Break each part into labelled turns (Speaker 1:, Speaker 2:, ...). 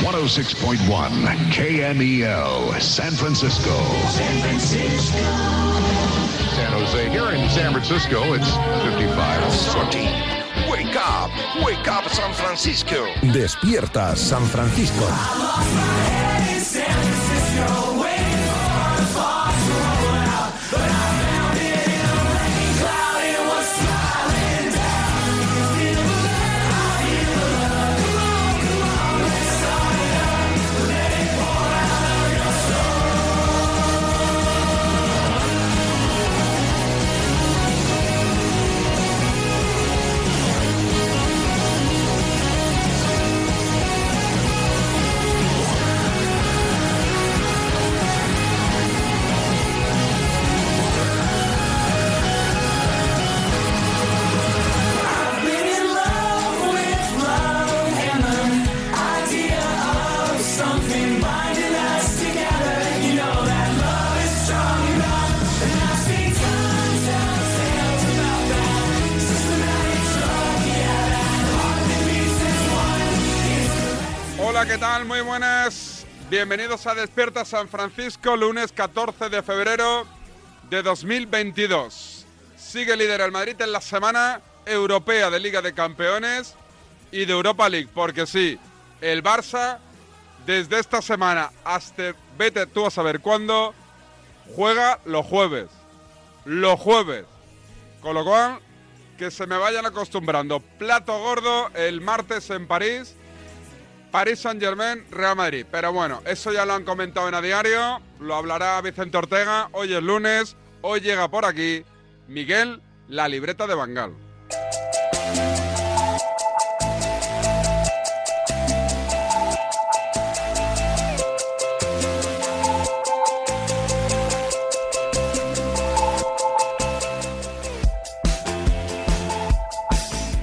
Speaker 1: 106.1 KMEL, E San Francisco. San Francisco. San Jose. Here in San Francisco, it's 55.
Speaker 2: Sortie. Wake up. Wake up, San Francisco.
Speaker 3: Despierta San Francisco.
Speaker 4: Ah,
Speaker 5: Hola, ¿qué tal? Muy buenas. Bienvenidos a Despierta San Francisco, lunes 14 de febrero de 2022. Sigue líder el Madrid en la semana europea de Liga de Campeones y de Europa League, porque sí, el Barça desde esta semana hasta vete tú a saber cuándo juega los jueves. Los jueves. Con lo cual, que se me vayan acostumbrando. Plato gordo el martes en París. París Saint Germain, Real Madrid. Pero bueno, eso ya lo han comentado en a diario, lo hablará Vicente Ortega, hoy es lunes, hoy llega por aquí Miguel, la libreta de Bangal.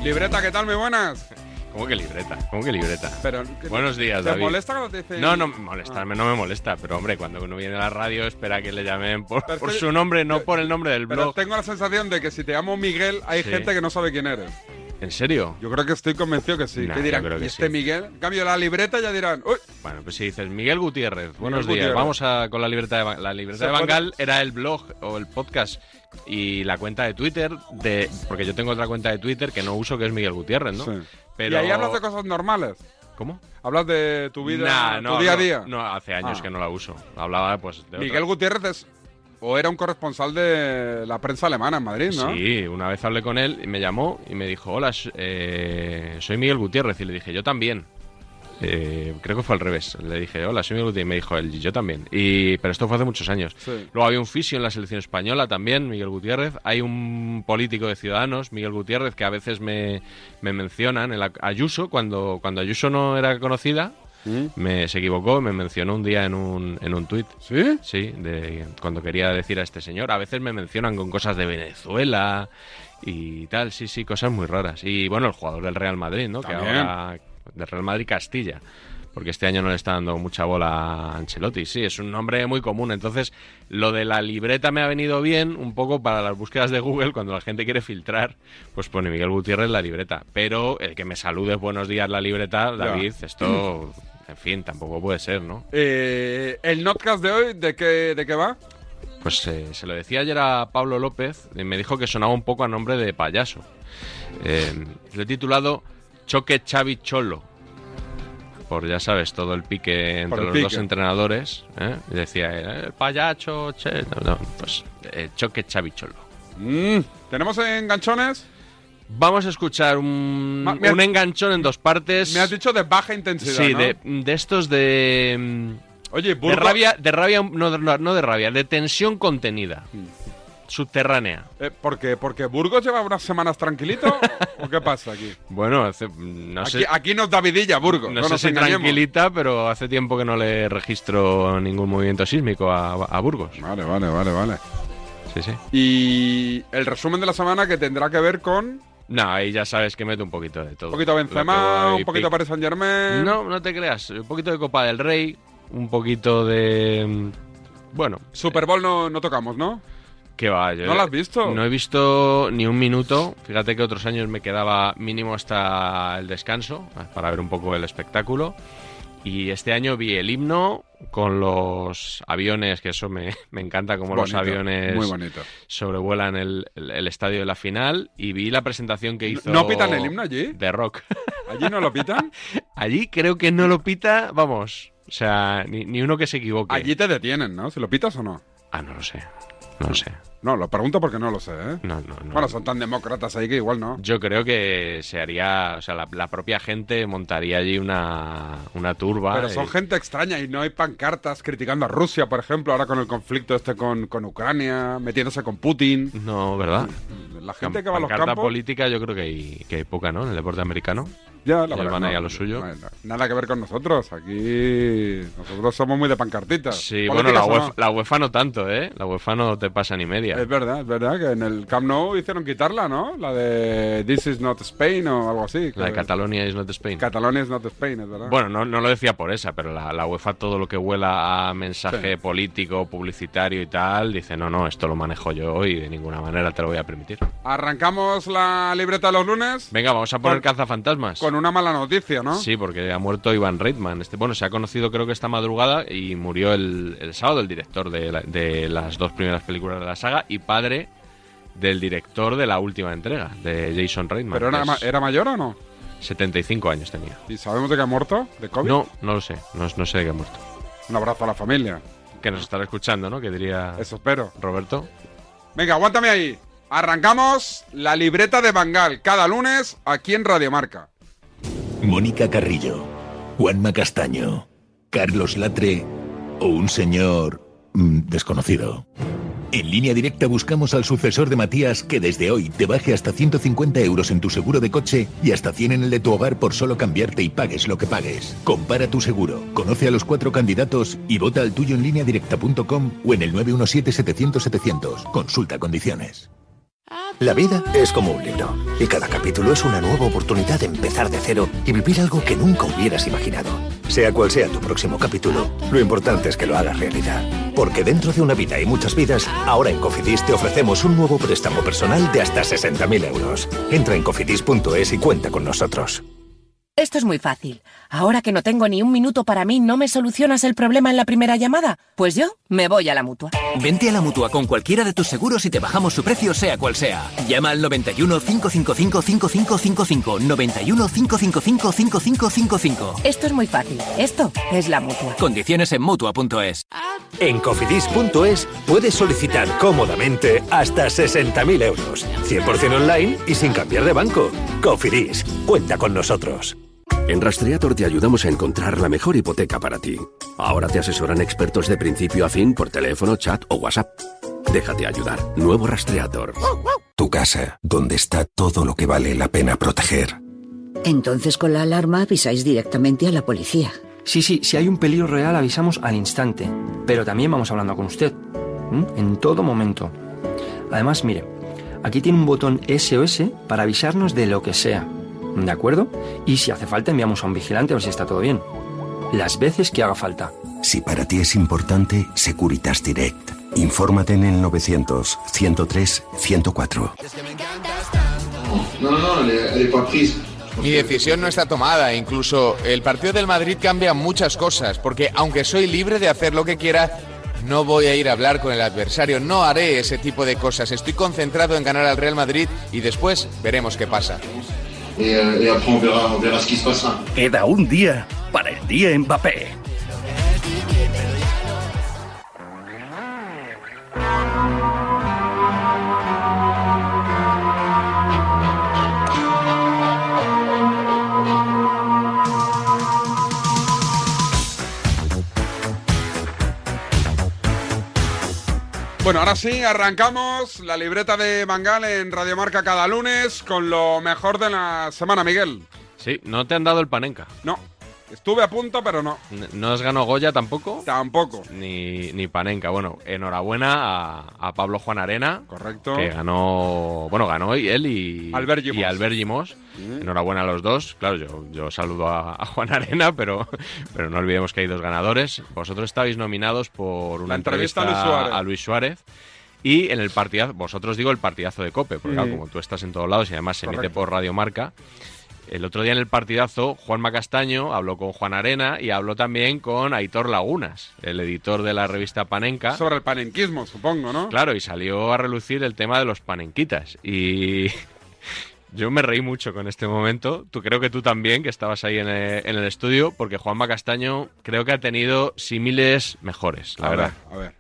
Speaker 5: Libreta, ¿qué tal? Muy buenas.
Speaker 4: ¿Cómo que libreta? ¿Cómo que libreta?
Speaker 5: Pero, ¿qué te-
Speaker 4: Buenos días,
Speaker 5: ¿Te
Speaker 4: David.
Speaker 5: molesta cuando te dicen- Ah.
Speaker 4: No, no, molestarme no me molesta, pero hombre, cuando uno viene a la radio espera que le llamen por,
Speaker 5: Pero es
Speaker 4: por
Speaker 5: que-
Speaker 4: su nombre, no por el nombre del
Speaker 5: Pero
Speaker 4: blog.
Speaker 5: tengo la sensación de que si te llamo Miguel, hay
Speaker 4: Sí.
Speaker 5: gente que no sabe quién eres.
Speaker 4: ¿En serio?
Speaker 5: Yo creo que estoy convencido que sí.
Speaker 4: Nah,
Speaker 5: que
Speaker 4: yo
Speaker 5: dirán,
Speaker 4: creo que
Speaker 5: ¿y este
Speaker 4: sí.
Speaker 5: Miguel? En cambio, la libreta ya dirán, uy,
Speaker 4: Bueno, pues si dices Miguel Gutiérrez, buenos días,
Speaker 5: Gutiérrez.
Speaker 4: vamos a con la libertad de Ban- La libertad
Speaker 5: Se
Speaker 4: de
Speaker 5: puede-
Speaker 4: Bangal era el blog o el podcast y la cuenta de Twitter, de porque yo tengo otra cuenta de Twitter que no uso que es Miguel Gutiérrez, ¿no?
Speaker 5: Sí. y
Speaker 4: Pero...
Speaker 5: ahí hablas de cosas normales.
Speaker 4: ¿Cómo?
Speaker 5: Hablas de tu vida,
Speaker 4: Nah,
Speaker 5: tu
Speaker 4: no,
Speaker 5: día a
Speaker 4: no,
Speaker 5: día.
Speaker 4: No, hace años
Speaker 5: Ah.
Speaker 4: que no la uso. Hablaba pues de
Speaker 5: Miguel
Speaker 4: otra-
Speaker 5: Gutiérrez es, o era un corresponsal de la prensa alemana en Madrid, ¿no?
Speaker 4: Sí, una vez hablé con él y me llamó y me dijo, hola, s- eh, soy Miguel Gutiérrez. Y le dije, yo también. Eh, creo que fue al revés. Le dije, hola, soy Miguel Gutiérrez. Y me dijo él, yo también. Y, pero esto fue hace muchos años.
Speaker 5: Sí.
Speaker 4: Luego había un fisio en la selección española también, Miguel Gutiérrez. Hay un político de Ciudadanos, Miguel Gutiérrez, que a veces me, me mencionan. El a- Ayuso, cuando, cuando Ayuso no era conocida, me, se equivocó, me mencionó un día en un, en un tuit.
Speaker 5: ¿Sí?
Speaker 4: Sí, de, cuando quería decir a este señor. A veces me mencionan con cosas de Venezuela y tal, sí, sí, cosas muy raras. Y bueno, el jugador del Real Madrid, ¿no? Que
Speaker 5: También.
Speaker 4: ahora. Del Real Madrid Castilla. Porque este año no le está dando mucha bola a Ancelotti. Sí, es un nombre muy común. Entonces, lo de la libreta me ha venido bien, un poco para las búsquedas de Google, cuando la gente quiere filtrar, pues pone Miguel Gutiérrez la libreta. Pero el que me saludes, buenos días, la libreta,
Speaker 5: Ya.
Speaker 4: David, esto, en fin, tampoco puede ser, ¿no?
Speaker 5: Eh, el notcast de hoy, ¿de qué, de qué va?
Speaker 4: Pues eh, se lo decía ayer a Pablo López y Eh, me dijo que sonaba un poco a nombre de payaso. Eh, lo he titulado Choque Xavi Cholo. Por ya sabes, todo el pique
Speaker 5: Por
Speaker 4: entre
Speaker 5: el
Speaker 4: los
Speaker 5: pique.
Speaker 4: dos entrenadores. ¿eh? Y decía, eh, el payacho, che. No, no, pues eh, Choque Xavi Cholo.
Speaker 5: Mm, ¿Tenemos enganchones?
Speaker 4: Vamos a escuchar un,
Speaker 5: Ma- me has-
Speaker 4: un enganchón en dos partes.
Speaker 5: Me has dicho de baja intensidad,
Speaker 4: sí,
Speaker 5: ¿no?
Speaker 4: de, de estos de. mm,
Speaker 5: Oye,
Speaker 4: De
Speaker 5: Burgos-
Speaker 4: rabia, de rabia, no, no- no de rabia, de tensión contenida.
Speaker 5: Mm.
Speaker 4: Subterránea.
Speaker 5: Eh, ¿por qué? ¿Porque Burgos lleva unas semanas tranquilito? ¿O qué pasa aquí?
Speaker 4: Bueno, hace, no
Speaker 5: aquí,
Speaker 4: sé,
Speaker 5: aquí nos da vidilla, Burgos.
Speaker 4: no
Speaker 5: No,
Speaker 4: sé
Speaker 5: nos
Speaker 4: si
Speaker 5: engañemos.
Speaker 4: tranquilita, pero hace tiempo que no le registro ningún movimiento sísmico a, a Burgos.
Speaker 5: Vale, vale, vale, vale.
Speaker 4: Sí, sí.
Speaker 5: Y el resumen de la semana que tendrá que ver con
Speaker 4: No, ahí ya sabes que meto un poquito de todo.
Speaker 5: un poquito Benzema,
Speaker 4: Lo que voy,
Speaker 5: un poquito
Speaker 4: pic-
Speaker 5: Paris Saint Germain.
Speaker 4: No, no te creas. Un poquito de Copa del Rey, un poquito de... mm, Bueno,
Speaker 5: Super Bowl no, no tocamos, ¿no?
Speaker 4: Que va, yo-
Speaker 5: ¿No la has visto?
Speaker 4: No he visto ni un minuto. Fíjate que otros años me quedaba mínimo hasta el descanso, para ver un poco el espectáculo. Y este año vi el himno con los aviones, que eso me, me encanta, como
Speaker 5: Bonito,
Speaker 4: los aviones
Speaker 5: muy bonito.
Speaker 4: sobrevuelan el, el- el estadio de la final. Y vi la presentación que hizo.
Speaker 5: ¿No pitan el himno allí?
Speaker 4: De rock.
Speaker 5: ¿Allí no lo pitan?
Speaker 4: Allí creo que no lo pita, vamos. O sea, ni, ni uno que se equivoque.
Speaker 5: Allí te detienen, ¿no? ¿Si lo pitas o no?
Speaker 4: Ah, no lo sé. No lo sé.
Speaker 5: No, lo pregunto porque no lo sé, ¿eh?
Speaker 4: No, no, no.
Speaker 5: Bueno, son tan demócratas ahí que igual no.
Speaker 4: Yo creo que se haría, o sea, la, la propia gente montaría allí una, una turba.
Speaker 5: Pero son
Speaker 4: y-
Speaker 5: gente extraña y no hay pancartas criticando a Rusia, por ejemplo, ahora con el conflicto este con, con Ucrania, metiéndose con Putin.
Speaker 4: No, ¿verdad?
Speaker 5: La gente que va a los
Speaker 4: Pancarta
Speaker 5: campos...
Speaker 4: política yo creo que hay, que hay poca, ¿no? En el deporte americano.
Speaker 5: Ya, la
Speaker 4: ellos
Speaker 5: verdad,
Speaker 4: van ahí
Speaker 5: no,
Speaker 4: a lo suyo.
Speaker 5: bueno, Nada que ver con nosotros. Aquí nosotros somos muy de pancartitas.
Speaker 4: Sí,
Speaker 5: Políticas
Speaker 4: bueno, la
Speaker 5: o
Speaker 4: UEFA,
Speaker 5: no.
Speaker 4: la UEFA no tanto, ¿eh? La UEFA no te pasa ni media.
Speaker 5: Es verdad, es verdad que en el Camp Nou hicieron quitarla, ¿no? La de This is not Spain o algo así.
Speaker 4: la de
Speaker 5: que-
Speaker 4: Catalonia is not Spain.
Speaker 5: Catalón is not Spain, es verdad.
Speaker 4: Bueno, no, no lo decía por esa, pero la, la UEFA todo lo que huela a mensaje
Speaker 5: Sí.
Speaker 4: político, publicitario y tal, dice, no, no, esto lo manejo yo y de ninguna manera te lo voy a permitir.
Speaker 5: Arrancamos la libreta de los lunes
Speaker 4: Venga, vamos a poner
Speaker 5: Con-
Speaker 4: cazafantasmas.
Speaker 5: con una mala noticia, ¿no?
Speaker 4: Sí, porque ha muerto Ivan Reitman. Este, bueno, se ha conocido creo que esta madrugada y murió el, el sábado el director de, la- de las dos primeras películas de la saga y padre del director de la última entrega, de Jason Reitman.
Speaker 5: ¿Pero
Speaker 4: que
Speaker 5: era, ma-
Speaker 4: es-
Speaker 5: era mayor o no?
Speaker 4: 75 años tenía.
Speaker 5: ¿Y sabemos de que ha muerto? ¿De COVID?
Speaker 4: No, no lo sé, no, no sé de qué ha muerto.
Speaker 5: Un abrazo a la familia.
Speaker 4: Que nos estará escuchando, ¿no? Que diría
Speaker 5: Eso espero.
Speaker 4: Roberto.
Speaker 5: Venga, aguántame ahí. Arrancamos la libreta de Bangal cada lunes aquí en Radiomarca.
Speaker 6: Mónica Carrillo, Juanma Castaño, Carlos Latre o un señor mm, desconocido. En línea directa buscamos al sucesor de Matías que desde hoy te baje hasta 150 euros en tu seguro de coche y hasta 100 en el de tu hogar por solo cambiarte y pagues lo que pagues. Compara tu seguro, conoce a los cuatro candidatos y vota al tuyo en línea directa.com o en el 917-700-700. Consulta condiciones.
Speaker 7: La vida es como un libro y cada capítulo es una nueva oportunidad de empezar de cero y vivir algo que nunca hubieras imaginado. Sea cual sea tu próximo capítulo, lo importante es que lo hagas realidad. Porque dentro de una vida hay muchas vidas, ahora en Cofidis te ofrecemos un nuevo préstamo personal de hasta 60.000 euros. Entra en cofidis.es y cuenta con nosotros.
Speaker 8: Esto es muy fácil. Ahora que no tengo ni un minuto para mí, ¿no me solucionas el problema en la primera llamada? Pues yo me voy a la mutua.
Speaker 9: Vente a la mutua con cualquiera de tus seguros y te bajamos su precio, sea cual sea. Llama al 91 555 5555. 91 555 5555.
Speaker 8: Esto es muy fácil. Esto es la mutua.
Speaker 9: Condiciones en mutua.es.
Speaker 7: En cofidis.es puedes solicitar cómodamente hasta 60.000 euros, 100% online y sin cambiar de banco. Cofidis, cuenta con nosotros.
Speaker 10: En Rastreator te ayudamos a encontrar la mejor hipoteca para ti. Ahora te asesoran expertos de principio a fin por teléfono, chat o WhatsApp. Déjate ayudar. Nuevo Rastreator.
Speaker 7: Tu casa, donde está todo lo que vale la pena proteger.
Speaker 11: Entonces con la alarma avisáis directamente a la policía.
Speaker 12: Sí, sí, si hay un peligro real avisamos al instante, pero también vamos hablando con usted, ¿m? en todo momento. Además, mire, aquí tiene un botón SOS para avisarnos de lo que sea, ¿de acuerdo? Y si hace falta enviamos a un vigilante a ver si está todo bien. Las veces que haga falta.
Speaker 13: Si para ti es importante, Securitas Direct. Infórmate en el 900 103 104.
Speaker 2: No, no, no, elle est pas prise.
Speaker 14: Mi decisión no está tomada, incluso el partido del Madrid cambia muchas cosas, porque aunque soy libre de hacer lo que quiera, no voy a ir a hablar con el adversario, no haré ese tipo de cosas, estoy concentrado en ganar al Real Madrid y después veremos qué pasa.
Speaker 2: Et, euh, et après, on verra, on verra ce qui se passera.
Speaker 15: Queda un día para el día Mbappé.
Speaker 5: Bueno, ahora sí, arrancamos la libreta de Bangal en Radiomarca cada lunes con lo mejor de la semana, Miguel.
Speaker 4: Sí, no te han dado el panenca.
Speaker 5: No, estuve a punto, pero no.
Speaker 4: N- No has ganado Goya tampoco.
Speaker 5: Tampoco.
Speaker 4: Ni, ni Panenka. Bueno, enhorabuena a, a Pablo Juan Arena.
Speaker 5: Correcto.
Speaker 4: Que ganó. Bueno, ganó y él y
Speaker 5: Albert Gimos.
Speaker 4: y Albert Gimos. Enhorabuena a los dos. Claro, yo, yo saludo a, a Juan Arena, pero, pero no olvidemos que hay dos ganadores. Vosotros estabais nominados por
Speaker 5: La
Speaker 4: una
Speaker 5: entrevista a Luis Suárez.
Speaker 4: a Luis Suárez. Y en el partidazo, vosotros digo el partidazo de Cope, porque claro,
Speaker 5: Mm.
Speaker 4: como tú estás en todos lados y además se emite
Speaker 5: Correcto.
Speaker 4: por Radio Marca, El otro día en el partidazo, Juanma Castaño habló con Juan Arena y habló también con Aitor Lagunas, el editor de la revista Panenca.
Speaker 5: Sobre el panenquismo, supongo, ¿no?
Speaker 4: Claro, y salió a relucir el tema de los panenquitas. Y yo me reí mucho con este momento. Tú creo que tú también, que estabas ahí en el, en el estudio, porque Juanma Castaño creo que ha tenido símiles mejores, la
Speaker 5: A ver,
Speaker 4: verdad.
Speaker 5: a ver.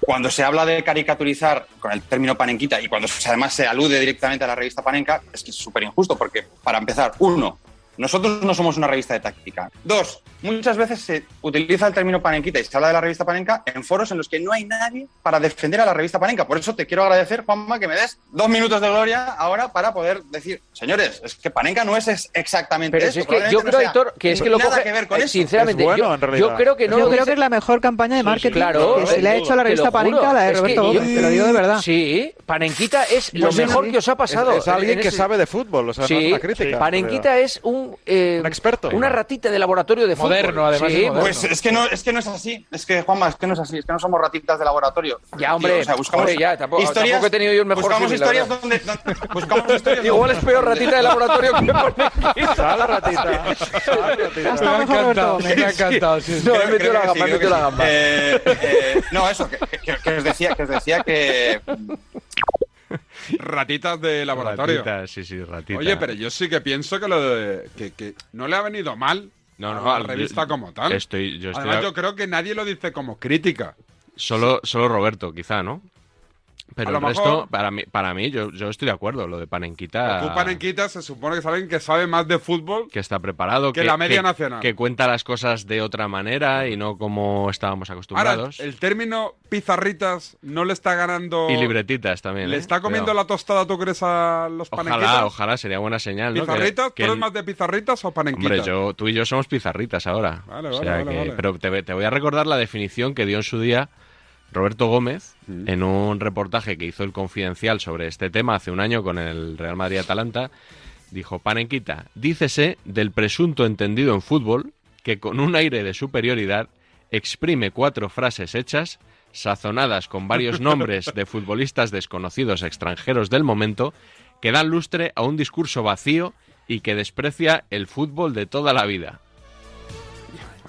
Speaker 16: Cuando se habla de caricaturizar con el término panenquita y cuando se- además se alude directamente a la revista Panenca, es que es súper injusto porque, para empezar, uno, nosotros no somos una revista de táctica. Dos, muchas veces se utiliza el término panenquita y se habla de la revista Panenca en foros en los que no hay nadie para defender a la revista Panenca. Por eso te quiero agradecer, Juanma, que me des dos minutos de gloria ahora para poder decir, señores, es que Panenca no es ex- exactamente
Speaker 9: Pero
Speaker 16: esto,
Speaker 9: si es que yo
Speaker 16: probablemente no
Speaker 9: creo,
Speaker 16: sea
Speaker 9: Aitor, que es que lo
Speaker 16: nada
Speaker 9: coge.
Speaker 16: que ver con
Speaker 9: eh,
Speaker 16: eso.
Speaker 9: Sinceramente, yo- yo, creo que no
Speaker 17: Yo
Speaker 9: lo
Speaker 17: creo
Speaker 9: dice-
Speaker 17: que es la mejor campaña de marketing
Speaker 9: Claro, eh,
Speaker 17: que se le ha hecho a la
Speaker 9: te lo
Speaker 17: revista
Speaker 9: juro.
Speaker 17: Panenka, la de
Speaker 9: Es que
Speaker 17: Roberto
Speaker 9: yo-
Speaker 17: Gómez, te lo digo de verdad.
Speaker 9: Sí, Panenquita es lo
Speaker 18: Pues sí,
Speaker 9: mejor
Speaker 18: sí.
Speaker 9: que os ha pasado.
Speaker 18: Es, es alguien
Speaker 9: En
Speaker 18: que
Speaker 9: ese-
Speaker 18: sabe de fútbol, o sea, no es
Speaker 9: Sí,
Speaker 18: una crítica.
Speaker 9: Panenquita es un, eh,
Speaker 18: experto.
Speaker 9: una ratita de laboratorio de fútbol. Sí,
Speaker 16: Pues es que, no, es que no es así. Es que, Juanma, es que no es así. Es que no somos ratitas de laboratorio.
Speaker 9: Ya, hombre,
Speaker 16: Tío, o sea, buscamos
Speaker 9: hombre, ya, tampoco- tampoco he tenido yo el mejor
Speaker 16: Buscamos
Speaker 9: símil, la
Speaker 16: historias
Speaker 9: verdad.
Speaker 16: donde, donde- buscamos historias
Speaker 9: Igual es peor
Speaker 16: donde-
Speaker 9: ratita de laboratorio que Panenquita.
Speaker 16: Me ha encantado, me ha encantado.
Speaker 9: No, he metido la gamba, he metido la gamba.
Speaker 16: Eh, eh, no, eso, que, que- que os decía que... Os decía que
Speaker 5: Ratitas de laboratorio.
Speaker 4: Ratita, sí, sí, ratita.
Speaker 5: Oye, pero yo sí que pienso que lo de, que, que no le ha venido mal
Speaker 4: no,
Speaker 5: a
Speaker 4: al-
Speaker 5: la revista como tal.
Speaker 4: estoy- yo estoy
Speaker 5: Además,
Speaker 4: a-
Speaker 5: yo creo que nadie lo dice como crítica.
Speaker 4: Solo, solo Roberto, quizá, ¿no? Pero
Speaker 5: A lo
Speaker 4: el resto,
Speaker 5: mejor-
Speaker 4: para mí, para mí yo, yo estoy de acuerdo. Lo de Panenquita.
Speaker 5: Tú, Panenquita, se supone que es alguien que sabe más de fútbol
Speaker 4: que está preparado,
Speaker 5: Que la media nacional.
Speaker 4: que cuenta las cosas de otra manera y no como estábamos
Speaker 5: Ahora,
Speaker 4: acostumbrados.
Speaker 5: el término pizarritas no le está ganando.
Speaker 4: y libretitas también.
Speaker 5: ¿Le
Speaker 4: ¿eh?
Speaker 5: está comiendo
Speaker 4: Pero
Speaker 5: la tostada, tú crees, a los panenquitas?
Speaker 4: Ojalá, ojalá, sería buena señal, ¿no? Que-
Speaker 5: ¿Pizarritas? ¿Tú
Speaker 4: que
Speaker 5: eres
Speaker 4: el-
Speaker 5: más de pizarritas o panenquitas?
Speaker 4: Hombre, yo, tú y yo somos pizarritas ahora.
Speaker 5: Vale,
Speaker 4: O
Speaker 5: vale,
Speaker 4: sea
Speaker 5: vale,
Speaker 4: que-
Speaker 5: vale.
Speaker 4: Pero te, te voy a recordar la definición que dio en su día Roberto Gómez
Speaker 5: Mm.
Speaker 4: en un reportaje que hizo el Confidencial sobre este tema hace un año con el Real Madrid Atalanta. Dijo, Panenquita, dícese del presunto entendido en fútbol que con un aire de superioridad exprime cuatro frases hechas, sazonadas con varios nombres de futbolistas desconocidos extranjeros del momento, que dan lustre a un discurso vacío y que desprecia el fútbol de toda la vida.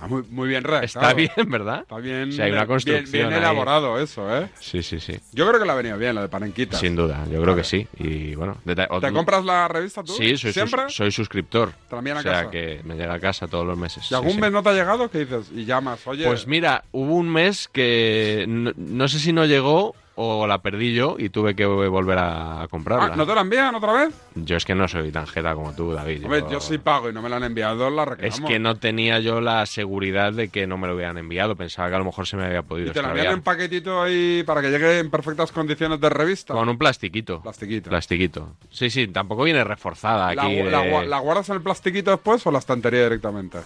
Speaker 5: Ah, Muy, muy bien redactado.
Speaker 4: Está bien, ¿verdad?
Speaker 5: Está bien.
Speaker 4: O sea, hay una
Speaker 5: bien-
Speaker 4: construcción
Speaker 5: Bien,
Speaker 4: ahí.
Speaker 5: elaborado eso, ¿eh?
Speaker 4: Sí, sí, sí.
Speaker 5: Yo creo que le ha venido bien la de panenquita.
Speaker 4: Sin duda, yo creo que sí. Y bueno, deta-
Speaker 5: ¿Te
Speaker 4: otro-
Speaker 5: compras la revista tú?
Speaker 4: Sí, soy, sus-
Speaker 5: ¿Siempre?
Speaker 4: soy suscriptor.
Speaker 5: Te la envían a
Speaker 4: o sea
Speaker 5: casa.
Speaker 4: que me llega a casa todos los meses.
Speaker 5: ¿Y algún
Speaker 4: sí, sí.
Speaker 5: mes no te ha llegado? ¿Qué dices? Y llamas, oye. ah,
Speaker 4: Pues mira, hubo un mes que no, no sé si no llegó o la perdí yo y tuve que volver a comprarla.
Speaker 5: Ah, ¿No te la envían otra vez?
Speaker 4: Yo es que no soy tan jeta como tú, David.
Speaker 5: Hombre,
Speaker 4: Yo-
Speaker 5: yo sí pago y no me la han enviado, la reclamo.
Speaker 4: es que no tenía yo la seguridad de que no me lo hubieran enviado. Pensaba que a lo mejor se me había podido
Speaker 5: Y te la
Speaker 4: extraviar.
Speaker 5: envían en paquetito ahí para que llegue en perfectas condiciones de revista.
Speaker 4: Con un plastiquito.
Speaker 5: Plastiquito.
Speaker 4: Plastiquito. Sí, sí, tampoco viene reforzada
Speaker 5: ¿La,
Speaker 4: aquí.
Speaker 5: gu- la
Speaker 4: de-
Speaker 5: gua- la guardas en el plastiquito después o la estantería directamente?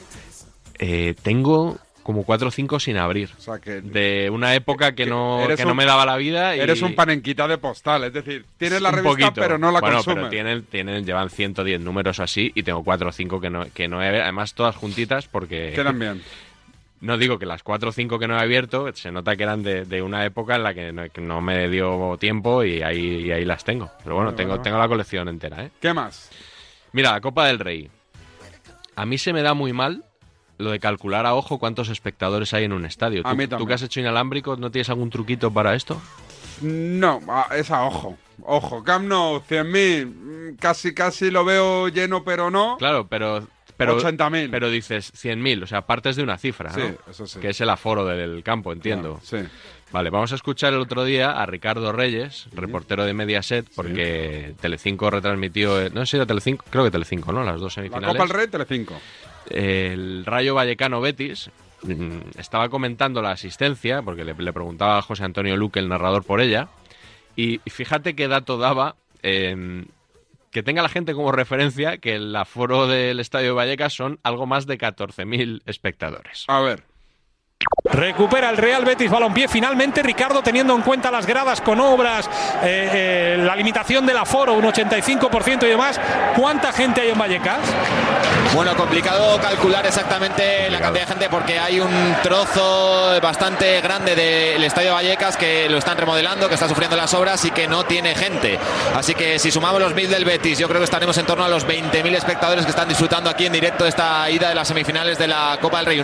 Speaker 4: Eh, tengo como cuatro o cinco sin abrir.
Speaker 5: O sea, que
Speaker 4: de una época que no,
Speaker 5: eres
Speaker 4: que no
Speaker 5: un-
Speaker 4: me daba la vida. y-
Speaker 5: Eres un panenquita de postal, es decir, tienes la
Speaker 4: un
Speaker 5: revista
Speaker 4: poquito.
Speaker 5: pero no la
Speaker 4: bueno,
Speaker 5: consumes.
Speaker 4: Pero tienen, tienen, llevan 110 números o así y tengo cuatro o cinco que no, que no he Además, todas juntitas porque.
Speaker 5: Quedan bien.
Speaker 4: No digo que las cuatro o cinco que no he abierto, se nota que eran de, de una época en la que no, que no me dio tiempo y ahí, y ahí las tengo. Pero bueno,
Speaker 5: Vale,
Speaker 4: tengo,
Speaker 5: vale, vale.
Speaker 4: tengo la colección entera, ¿eh?
Speaker 5: ¿Qué más?
Speaker 4: Mira, la Copa del Rey. A mí se me da muy mal lo de calcular a ojo cuántos espectadores hay en un estadio.
Speaker 5: A
Speaker 4: ¿Tú,
Speaker 5: mí
Speaker 4: tú
Speaker 5: también.
Speaker 4: que has hecho inalámbrico, ¿no tienes algún truquito para esto?
Speaker 5: No, ah, esa, ojo. Ojo, Camp Nou, 100.000. mm, Casi, casi lo veo lleno, pero no.
Speaker 4: Claro, pero... pero
Speaker 5: 80.000.
Speaker 4: Pero dices 100.000, o sea, partes de una cifra,
Speaker 5: Sí,
Speaker 4: ¿no?
Speaker 5: eso sí.
Speaker 4: Que es el aforo del campo, entiendo. Vale, vamos a escuchar el otro día a Ricardo Reyes, reportero de Mediaset, porque Telecinco retransmitió... eh, No sé si era Telecinco, creo que Telecinco, ¿no? Las dos
Speaker 5: La
Speaker 4: semifinales.
Speaker 5: Copa del Rey, Telecinco.
Speaker 4: el Rayo Vallecano Betis mm, estaba comentando la asistencia, porque le, le preguntaba a José Antonio Luque, el narrador, por ella. Y fíjate qué dato daba. em, que tenga la gente como referencia que el aforo del Estadio Vallecas son algo más de 14.000 espectadores.
Speaker 5: A ver.
Speaker 18: Recupera el Real Betis Balompié. Finalmente Ricardo teniendo en cuenta las gradas con obras, eh, eh, la limitación del aforo, un 85% y demás. ¿Cuánta gente hay en Vallecas?
Speaker 19: Bueno, complicado calcular exactamente la cantidad de gente porque hay un trozo bastante grande del estadio de Vallecas que lo están remodelando, que está sufriendo las obras y que no tiene gente. Así que si sumamos los 1.000 del Betis, yo creo que estaremos en torno a los 20.000 espectadores que están disfrutando aquí en directo de esta ida de las semifinales de la Copa del Rey.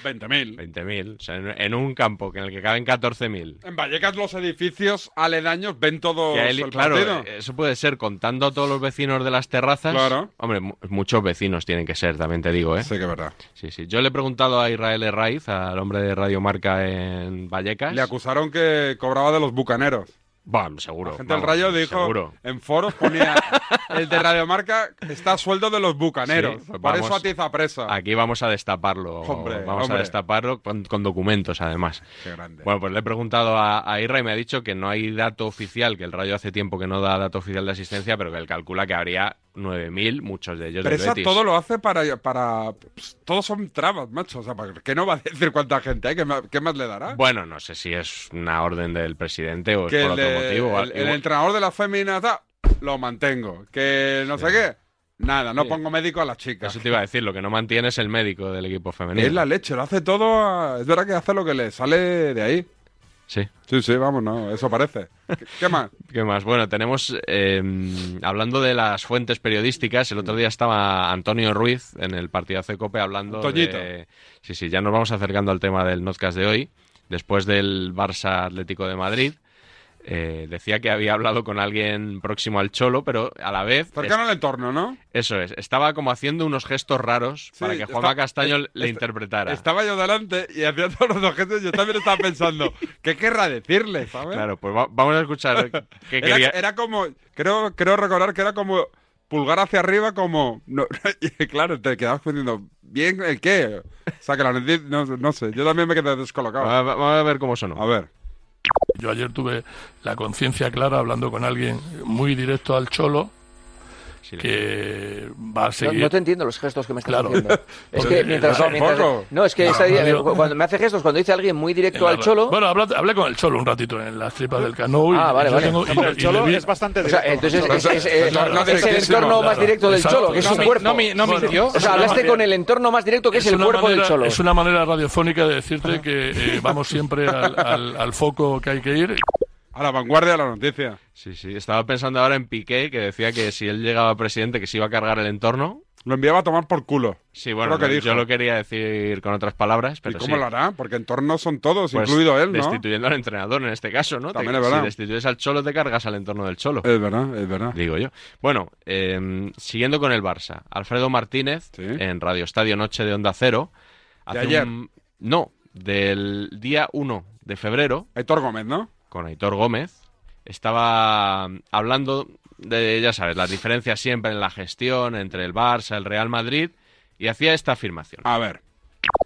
Speaker 5: 20.000.
Speaker 4: 20.000. O sea, en- en un campo que en el que caben 14.000.
Speaker 5: En Vallecas los edificios aledaños ven todo
Speaker 4: Que a él-
Speaker 5: el
Speaker 4: claro,
Speaker 5: partido.
Speaker 4: eh, eso puede ser contando a todos los vecinos de las terrazas.
Speaker 5: Claro.
Speaker 4: Hombre, mu- muchos vecinos tienen que ser, también te digo, ¿eh?
Speaker 5: Sí, que es verdad.
Speaker 4: Sí, sí. Yo le he preguntado a Israel Herraiz, al hombre de Radio Marca en Vallecas.
Speaker 5: Le acusaron que cobraba de los bucaneros.
Speaker 4: Bueno, seguro.
Speaker 5: La gente del
Speaker 4: vamos,
Speaker 5: Rayo dijo
Speaker 4: seguro.
Speaker 5: en foros ponía el de Radiomarca está a sueldo de los bucaneros.
Speaker 4: Sí,
Speaker 5: Por
Speaker 4: pues vamos.
Speaker 5: eso atiza presa.
Speaker 4: Aquí vamos a destaparlo.
Speaker 5: Hombre,
Speaker 4: vamos
Speaker 5: hombre.
Speaker 4: a destaparlo con, con documentos, además.
Speaker 5: Qué grande.
Speaker 4: Bueno, pues le he preguntado a, a Irra y me ha dicho que no hay dato oficial, que el Rayo hace tiempo que no da dato oficial de asistencia, pero que él calcula que habría 9.000, muchos de ellos del
Speaker 5: Presa
Speaker 4: Betis.
Speaker 5: todo lo hace para. para pues, todos son trabas, macho. O sea,
Speaker 4: Pues
Speaker 5: ¿para ¿qué no va a decir cuánta gente hay? ¿Qué ma- qué más le dará?
Speaker 4: Bueno, no sé si es una orden del presidente o es
Speaker 5: que el,
Speaker 4: por otro
Speaker 5: de-
Speaker 4: motivo.
Speaker 5: el- el
Speaker 4: Igual-
Speaker 5: entrenador de las féminas da, lo mantengo. Que no sé qué. Nada, no pongo médico a las chicas.
Speaker 4: Eso te iba a decir, lo que no mantiene es el médico del equipo femenino.
Speaker 5: Es la leche, lo hace todo. a- es verdad que hace lo que le sale de ahí.
Speaker 4: Sí.
Speaker 5: Sí, sí, vamos, no, eso parece. ¿Qué, qué más?
Speaker 4: ¿Qué más? Bueno, tenemos, eh, hablando de las fuentes periodísticas, el otro día estaba Antonio Ruiz en el partidazo de COPE hablando
Speaker 5: Antoñito.
Speaker 4: de... Sí, sí, ya nos vamos acercando al tema del podcast de hoy. Después del Barça Atlético de Madrid, eh, decía que había hablado con alguien próximo al Cholo, pero a la vez...
Speaker 5: Cercano al entorno, ¿no?
Speaker 4: Eso es, estaba como haciendo unos gestos raros para que Juanma
Speaker 5: está-
Speaker 4: Castaño
Speaker 5: es-
Speaker 4: le
Speaker 5: es-
Speaker 4: interpretara.
Speaker 5: Estaba yo delante y hacía todos los objetos. Yo también estaba pensando, ¿qué querrá decirle? ¿sabes?
Speaker 4: Claro, pues va- vamos a escuchar qué
Speaker 5: Era,
Speaker 4: quería...
Speaker 5: era como, creo, creo recordar que era como pulgar hacia arriba, como. no- y claro, te quedabas diciendo, ¿bien el qué? O sea, que la nariz- no, no sé, yo también me quedé descolocado.
Speaker 4: Va- va- Vamos a ver cómo sonó.
Speaker 5: A ver.
Speaker 20: Yo ayer tuve la conciencia clara hablando con alguien muy directo al cholo que va a
Speaker 9: No,
Speaker 20: seguir.
Speaker 9: no te entiendo los gestos que me estás
Speaker 20: Claro.
Speaker 9: haciendo. Es
Speaker 20: Porque-
Speaker 9: que mientras,
Speaker 20: Yo
Speaker 9: mientras-
Speaker 20: tampoco.
Speaker 9: no es que
Speaker 20: No, Eh,
Speaker 9: esa-
Speaker 20: radio.
Speaker 9: cuando me hace gestos, cuando dice alguien muy
Speaker 20: en
Speaker 9: directo
Speaker 20: la
Speaker 9: al
Speaker 20: ra-
Speaker 9: cholo,
Speaker 20: Bueno, hablé, hablé con el cholo un ratito en las tripas del cano.
Speaker 9: Ah, vale, vale. No, pero el Cholo es
Speaker 21: bastante
Speaker 9: O sea, entonces es, es- es- es el entorno más directo del cholo, que es su cuerpo. O sea, hablaste con el entorno más directo que es, el
Speaker 20: una
Speaker 9: cuerpo
Speaker 20: manera-
Speaker 9: del cholo.
Speaker 20: Es una manera radiofónica de decirte que eh, vamos siempre al, al- al foco que hay que ir.
Speaker 5: A la vanguardia de la noticia.
Speaker 4: Sí, sí. Estaba pensando ahora en Piqué, que decía que si él llegaba presidente, que se iba a cargar el entorno.
Speaker 5: Lo enviaba a tomar por culo.
Speaker 4: Sí, bueno,
Speaker 5: Creo que
Speaker 4: yo
Speaker 5: dijo.
Speaker 4: lo quería decir con otras palabras, pero
Speaker 5: ¿Y cómo
Speaker 4: sí.
Speaker 5: lo hará? Porque entornos son todos,
Speaker 4: Pues,
Speaker 5: incluido él, ¿no?
Speaker 4: Destituyendo al entrenador en este caso, ¿no?
Speaker 5: También
Speaker 4: Te-
Speaker 5: es verdad.
Speaker 4: Si destituyes al Cholo, te cargas al entorno del Cholo.
Speaker 5: Es verdad, es verdad.
Speaker 4: Digo yo. Bueno, eh, siguiendo con el Barça. Alfredo Martínez, en Radio Estadio Noche de Onda Cero.
Speaker 5: ¿De
Speaker 4: hace
Speaker 5: ayer?
Speaker 4: un- No, del día 1 de febrero.
Speaker 5: Aitor Gómez, ¿no?
Speaker 4: Con Aitor Gómez. Estaba hablando de, ya sabes, las diferencias siempre en la gestión entre el Barça, el Real Madrid. Y hacía esta afirmación.
Speaker 5: A ver.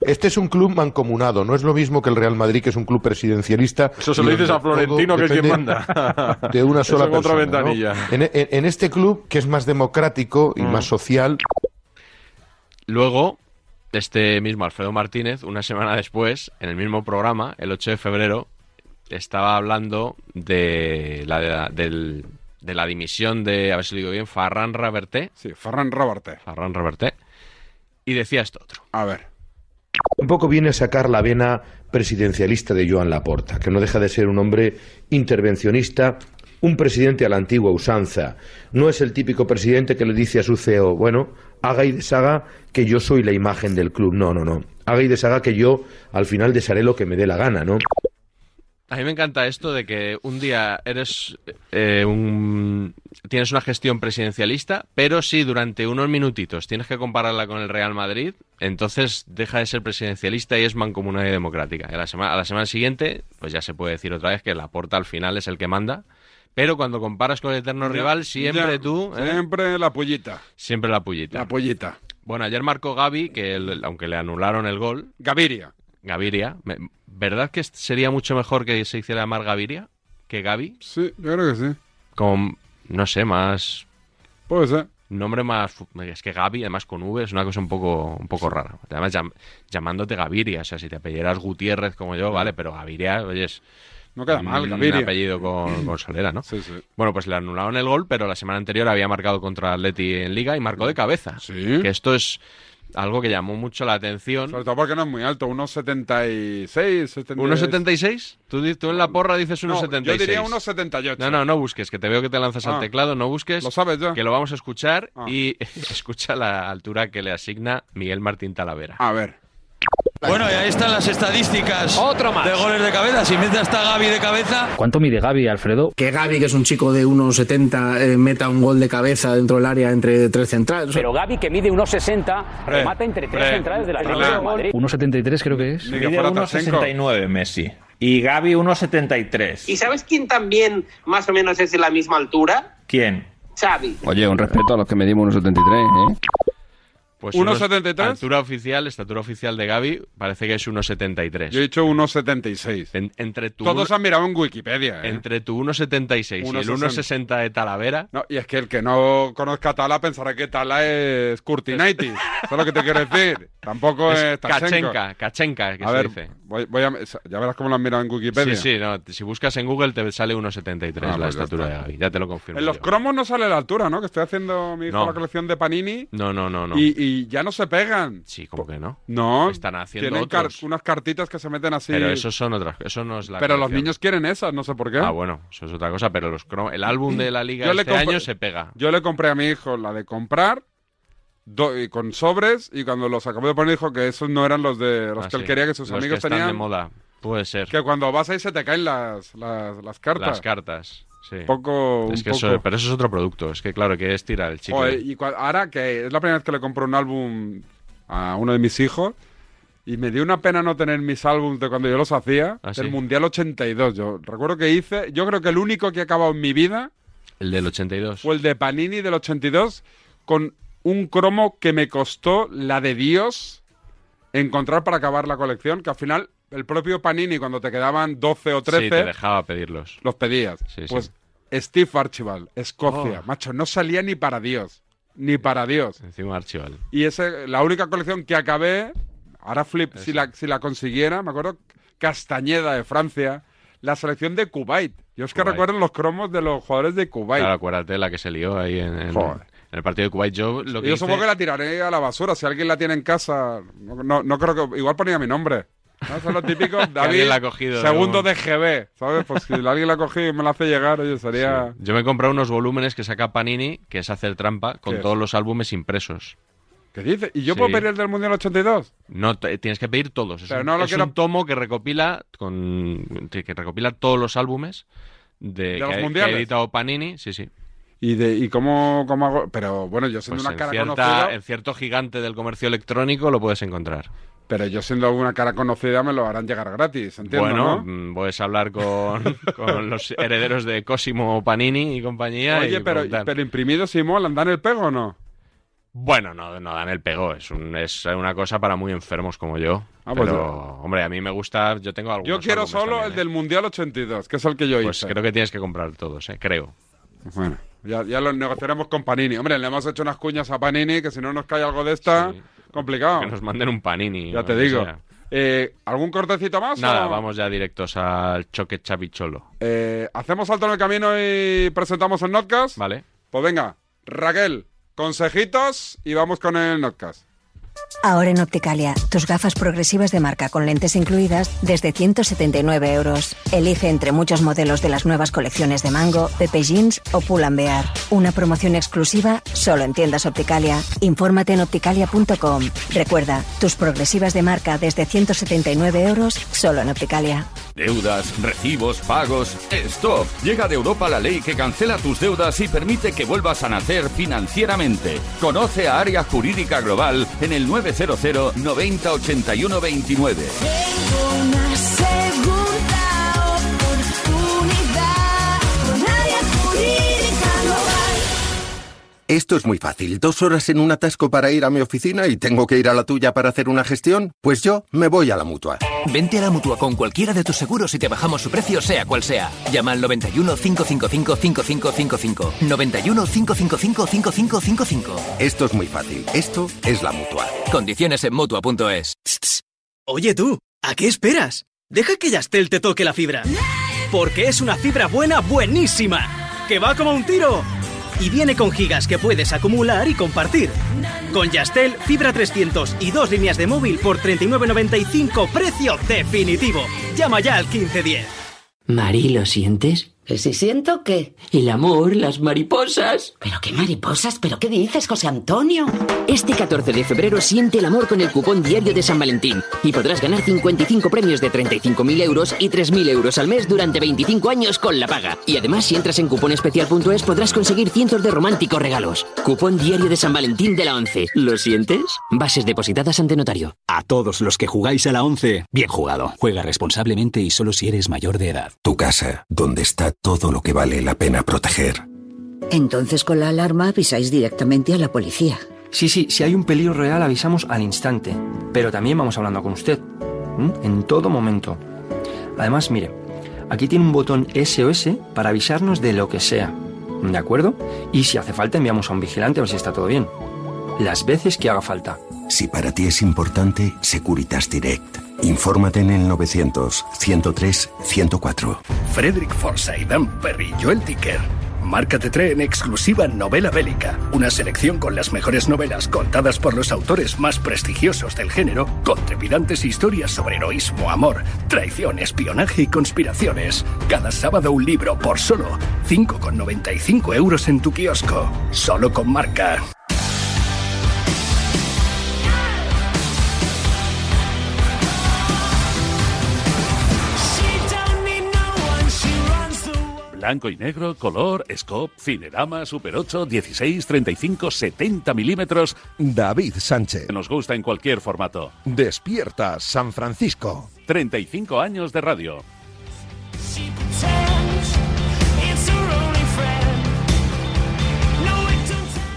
Speaker 22: Este es un club mancomunado, no es lo mismo que el Real Madrid, que es un club presidencialista.
Speaker 23: Eso se lo dices a
Speaker 22: Todo
Speaker 23: Florentino, que es quien
Speaker 22: depende
Speaker 23: manda.
Speaker 22: De una
Speaker 23: Eso
Speaker 22: sola
Speaker 23: es otra
Speaker 22: persona,
Speaker 23: ventanilla. Mm.
Speaker 22: ¿no? En, en- en este club, que es más democrático y más social,
Speaker 4: Luego, este mismo Alfredo Martínez, una semana después, en el mismo programa, el 8 de febrero, estaba hablando de la, de la- del- de la dimisión de, a ver si lo digo bien, Farran Raberté.
Speaker 5: Sí, Farran Raberté.
Speaker 4: Farran Raberté. Y decía esto otro.
Speaker 5: A ver.
Speaker 22: un poco viene a sacar la vena presidencialista de Joan Laporta, que no deja de ser un hombre intervencionista, un presidente a la antigua usanza. No es el típico presidente que le dice a su CEO, bueno, haga y deshaga que yo soy la imagen del club. No, no, no. Haga y deshaga que yo al final desharé lo que me dé la gana, ¿no?
Speaker 4: A mí me encanta esto de que un día eres eh, un tienes una gestión presidencialista, pero si durante unos minutitos tienes que compararla con el Real Madrid, entonces deja de ser presidencialista y es mancomunidad y democrática. Y A la semana, a la semana siguiente, pues ya se puede decir otra vez que la porta al final es el que manda, pero cuando comparas con el eterno rival, siempre
Speaker 5: Ya,
Speaker 4: tú, ¿eh?
Speaker 5: Siempre la pollita.
Speaker 4: siempre la pullita.
Speaker 5: La pollita.
Speaker 4: Bueno, ayer marcó Gaby, que el- aunque le anularon el gol.
Speaker 5: Gaviria.
Speaker 4: Gaviria. Me- ¿Verdad que est- sería mucho mejor que se hiciera llamar Gaviria que Gaby?
Speaker 5: Sí, yo creo que sí.
Speaker 4: Con, no sé, más.
Speaker 5: Puede ser.
Speaker 4: nombre más. fu- Es que Gaby, además con V, es una cosa un poco, un poco rara. Además, llam- llamándote Gaviria, o sea, si te apelleras Gutiérrez como yo, vale, pero Gaviria, oye, es.
Speaker 5: No queda mal,
Speaker 4: un
Speaker 5: Gaviria.
Speaker 4: apellido con, con solera, ¿no? Bueno, pues le anularon el gol, pero la semana anterior había marcado contra Atleti en Liga y marcó de cabeza. Que esto es algo que llamó mucho la atención.
Speaker 5: Sobre todo porque no es muy alto, unos 76, 76.
Speaker 4: 1,76. Tú, di- tú en la porra dices
Speaker 5: No,
Speaker 4: 1,76.
Speaker 5: yo diría 1,78.
Speaker 4: No, no, no busques, que te veo que te lanzas
Speaker 5: Ah.
Speaker 4: al teclado, no busques.
Speaker 5: Lo sabes ya. Ah.
Speaker 4: Que lo vamos a escuchar y escucha la altura que le asigna Miguel Martín Talavera.
Speaker 5: A ver.
Speaker 1: Bueno, y ahí están las estadísticas de goles de cabeza. Si mete hasta Gaby de cabeza,
Speaker 2: ¿Cuánto mide Gaby, Alfredo?
Speaker 21: Que Gaby, que es un chico de 1,70, eh, meta un gol de cabeza dentro del área entre tres centrales.
Speaker 2: Pero Gaby, que mide 1,60,
Speaker 21: Hombre,
Speaker 2: remata entre tres
Speaker 21: hombre,
Speaker 2: centrales de la
Speaker 21: hombre.
Speaker 2: Atlético de Madrid. 1,73 creo que es.
Speaker 23: Mide 1,69 Messi. Y Gaby 1,73.
Speaker 24: ¿Y sabes quién también más o menos es de la misma altura?
Speaker 23: ¿Quién?
Speaker 24: Xavi.
Speaker 25: Oye, un respeto a los que medimos 1,73, ¿eh?
Speaker 4: Pues
Speaker 5: 1,73.
Speaker 4: Altura oficial, estatura oficial de Gaby, parece que es 1,73.
Speaker 5: Yo he dicho 1,76.
Speaker 4: entre tu
Speaker 5: Todos
Speaker 4: uno-
Speaker 5: han mirado en Wikipedia. ¿eh?
Speaker 4: Entre tu 1,76 y el 1,60 de Talavera.
Speaker 5: No, y es que el que no conozca a Tala pensará que Tala es Curtinaitis. ¿Sabes lo que te quiero decir? Tampoco es,
Speaker 4: es
Speaker 5: Tachenko.
Speaker 4: Kachenka, Kachenka, que
Speaker 5: a
Speaker 4: se
Speaker 5: ver,
Speaker 4: dice.
Speaker 5: voy- voy a- ya verás cómo lo han mirado en Wikipedia.
Speaker 4: Sí, sí, no, si buscas en Google te sale 1,73
Speaker 5: Ah,
Speaker 4: la
Speaker 5: pues ya
Speaker 4: estatura de
Speaker 5: está.
Speaker 4: Gaby, ya te lo confirmo.
Speaker 5: En los
Speaker 4: yo.
Speaker 5: cromos no sale la altura, ¿no? Que estoy haciendo mi hijo
Speaker 4: No.
Speaker 5: la colección de Panini
Speaker 4: No, no, no, no.
Speaker 5: Y, y ya no se pegan.
Speaker 4: Sí, como que no.
Speaker 5: No,
Speaker 4: Están haciendo
Speaker 5: tienen
Speaker 4: otros.
Speaker 5: car- unas cartitas que se meten así.
Speaker 4: Pero eso son otras, eso no es la
Speaker 5: Pero los
Speaker 4: colección.
Speaker 5: niños quieren esas, no sé por qué.
Speaker 4: Ah, bueno, eso es otra cosa, pero los crom- el álbum de la liga
Speaker 5: ¿Eh? Yo le
Speaker 4: este
Speaker 5: compro-
Speaker 4: año se pega.
Speaker 5: Yo le compré a mi hijo la de comprar do- y con sobres y cuando los acabó de poner dijo que esos no eran los de los
Speaker 4: Ah,
Speaker 5: que él
Speaker 4: sí.
Speaker 5: quería que sus
Speaker 4: Los
Speaker 5: amigos
Speaker 4: están
Speaker 5: tenían.
Speaker 4: de moda. Puede ser.
Speaker 5: Que cuando vas ahí se te caen las, las, las cartas.
Speaker 4: Las cartas. Sí.
Speaker 5: Poco-
Speaker 4: Es
Speaker 5: un
Speaker 4: que
Speaker 5: poco.
Speaker 4: Eso, pero eso es otro producto. Es que claro, que es tirar el chicle.
Speaker 5: Joder, y cua- ahora que es la primera vez que le compro un álbum a uno de mis hijos y me dio una pena no tener mis álbumes de cuando yo los hacía,
Speaker 4: Ah,
Speaker 5: del
Speaker 4: ¿sí?
Speaker 5: Mundial 82. Yo recuerdo que hice, yo creo que el único que he acabado en mi vida
Speaker 4: El del 82.
Speaker 5: fue el de Panini del 82 con un cromo que me costó la de Dios encontrar para acabar la colección, que al final el propio Panini cuando te quedaban 12 o 13
Speaker 4: Sí, te dejaba pedirlos.
Speaker 5: los pedías.
Speaker 4: Sí, sí.
Speaker 5: pues Steve Archibald, Escocia,
Speaker 4: Oh.
Speaker 5: macho, no salía ni para Dios, ni para Dios.
Speaker 4: Encima Archival.
Speaker 5: Y ese, la única colección que acabé, ahora flip, si la, si la consiguiera, me acuerdo, Castañeda de Francia, la selección de Kuwait. Yo es que
Speaker 4: Kuwait.
Speaker 5: recuerdo los cromos de los jugadores de Kuwait.
Speaker 4: Claro, acuérdate la que se lió ahí en, en- en el partido de Kuwait. Yo lo que
Speaker 5: yo
Speaker 4: hice-
Speaker 5: supongo que la tiraré a la basura. Si alguien la tiene en casa, no, no- no creo que. Igual ponía mi nombre. ¿no? Eso es lo típico.
Speaker 4: Que
Speaker 5: David,
Speaker 4: alguien la ha cogido,
Speaker 5: segundo
Speaker 4: ¿no?
Speaker 5: de GB. ¿Sabes? Pues si alguien la ha cogido y me la hace llegar, oye, sería.
Speaker 4: Yo me he comprado unos volúmenes que saca Panini, que es hacer trampa,
Speaker 5: ¿Qué
Speaker 4: con
Speaker 5: es?
Speaker 4: todos los álbumes impresos.
Speaker 5: ¿Qué dices? ¿Y yo
Speaker 4: Sí.
Speaker 5: puedo pedir el del Mundial 82?
Speaker 4: No, te- tienes que pedir todos. Es,
Speaker 5: Pero
Speaker 4: un,
Speaker 5: no lo
Speaker 4: es
Speaker 5: quiero-
Speaker 4: un tomo que recopila con que recopila todos los álbumes de,
Speaker 5: ¿De
Speaker 4: que
Speaker 5: los
Speaker 4: ha- que ha
Speaker 5: mundiales?
Speaker 4: editado Panini. Sí, sí.
Speaker 5: ¿Y, de, y cómo, cómo hago? Pero bueno, yo siendo
Speaker 4: Pues
Speaker 5: una
Speaker 4: en,
Speaker 5: cara
Speaker 4: cierta,
Speaker 5: conocida.
Speaker 4: en cierto gigante del comercio electrónico lo puedes encontrar.
Speaker 5: Pero yo siendo una cara conocida me lo harán llegar gratis, entiendo,
Speaker 4: bueno,
Speaker 5: ¿no?
Speaker 4: mm, puedes hablar con, con los herederos de Cosimo Panini y compañía.
Speaker 5: Oye,
Speaker 4: y
Speaker 5: pero,
Speaker 4: preguntar.
Speaker 5: pero imprimidos y molan, ¿dan el pego o no?
Speaker 4: Bueno, no, no dan el pego. Es, un- es una cosa para muy enfermos como yo.
Speaker 5: Ah, pues
Speaker 4: pero, hombre, a mí me gusta. Yo tengo algunos.
Speaker 5: Yo quiero
Speaker 4: álbumes
Speaker 5: solo
Speaker 4: también,
Speaker 5: el
Speaker 4: ¿eh?
Speaker 5: del Mundial 82, que es el que yo
Speaker 4: Pues
Speaker 5: hice.
Speaker 4: creo que tienes que comprar todos, ¿eh? creo.
Speaker 5: Bueno. Ya, ya lo negociaremos con Panini. Hombre, le hemos hecho unas cuñas a Panini, que si no nos cae algo de esta, complicado.
Speaker 4: Que nos manden un panini.
Speaker 5: Ya
Speaker 4: o
Speaker 5: te
Speaker 4: lo que
Speaker 5: digo.
Speaker 4: sea.
Speaker 5: Eh, ¿Algún cortecito más?
Speaker 4: Nada,
Speaker 5: o-
Speaker 4: vamos ya directos al choque chavicholo.
Speaker 5: Eh, ¿Hacemos salto en el camino y presentamos el Notcast?
Speaker 4: Vale.
Speaker 5: Pues venga, Raquel, consejitos y vamos con el Notcast.
Speaker 11: Ahora en Opticalia, tus gafas progresivas de marca con lentes incluidas desde 179 euros. Elige entre muchos modelos de las nuevas colecciones de Mango, Pepe Jeans o Pull&Bear. Una promoción exclusiva solo en tiendas Opticalia. Infórmate en opticalia.com. Recuerda, tus progresivas de marca desde 179 euros solo en Opticalia.
Speaker 26: Deudas, recibos, pagos. ¡Stop! Llega de Europa la ley que cancela tus deudas y permite que vuelvas a nacer financieramente. Conoce a Área Jurídica Global en el 900 90 81 29.
Speaker 25: Una segunda oportunidad con área jurídica global.
Speaker 22: Esto es muy fácil. Dos horas en un atasco para ir a mi oficina y tengo que ir a la tuya para hacer una gestión. Pues yo me voy a la mutua.
Speaker 27: Vente a la mutua con cualquiera de tus seguros y te bajamos su precio, sea cual sea. Llama al 91 555 5555. 91 555 5555.
Speaker 22: Esto es muy fácil. Esto es la mutua.
Speaker 27: Condiciones en mutua.es.
Speaker 9: Oye tú, ¿a qué esperas? Deja que Yastel te toque la fibra. Porque es una fibra buena, buenísima. Que va como un tiro. Y viene con gigas que puedes acumular y compartir. Con Yastel, fibra 300 y dos líneas de móvil por 39.95 precio definitivo. Llama ya al 1510.
Speaker 28: Mari, ¿lo sientes? si siento qué? El amor, las mariposas. ¿Pero qué mariposas? ¿Pero qué dices, José Antonio? Este 14 de febrero siente el amor con el cupón diario de San Valentín y podrás ganar 55 premios de 35.000 euros y 3.000 euros al mes durante 25 años con la paga. Y además, si entras en cuponespecial.es podrás conseguir cientos de románticos regalos. Cupón diario de San Valentín de la 11. ¿Lo sientes? Bases depositadas ante notario.
Speaker 29: A todos los que jugáis a la 11, bien jugado. Juega responsablemente y solo si eres mayor de edad.
Speaker 22: Tu casa, donde está todo lo que vale la pena proteger.
Speaker 28: Entonces con la alarma avisáis directamente a la policía.
Speaker 12: Sí, sí, si hay un peligro real avisamos al instante, pero también vamos hablando con usted, ¿m? en todo momento. Además, mire, aquí tiene un botón SOS para avisarnos de lo que sea, ¿de acuerdo? Y si hace falta enviamos a un vigilante a ver si está todo bien. Las veces que haga falta.
Speaker 22: Si para ti es importante, Securitas Direct. Infórmate en el 900 103 104.
Speaker 7: Frederick Forsyth, y Dan Perry, Joel Ticker. Marca T3 en exclusiva Novela Bélica, una selección con las mejores novelas contadas por los autores más prestigiosos del género, con trepidantes historias sobre heroísmo, amor, traición, espionaje y conspiraciones. Cada sábado un libro por solo 5,95 euros en tu kiosco, solo con marca.
Speaker 1: Blanco y negro, color, scope, cinerama, super 8, 16, 35, 70 milímetros. David Sánchez. Nos gusta en cualquier formato.
Speaker 30: Despierta San Francisco.
Speaker 1: 35 años de radio.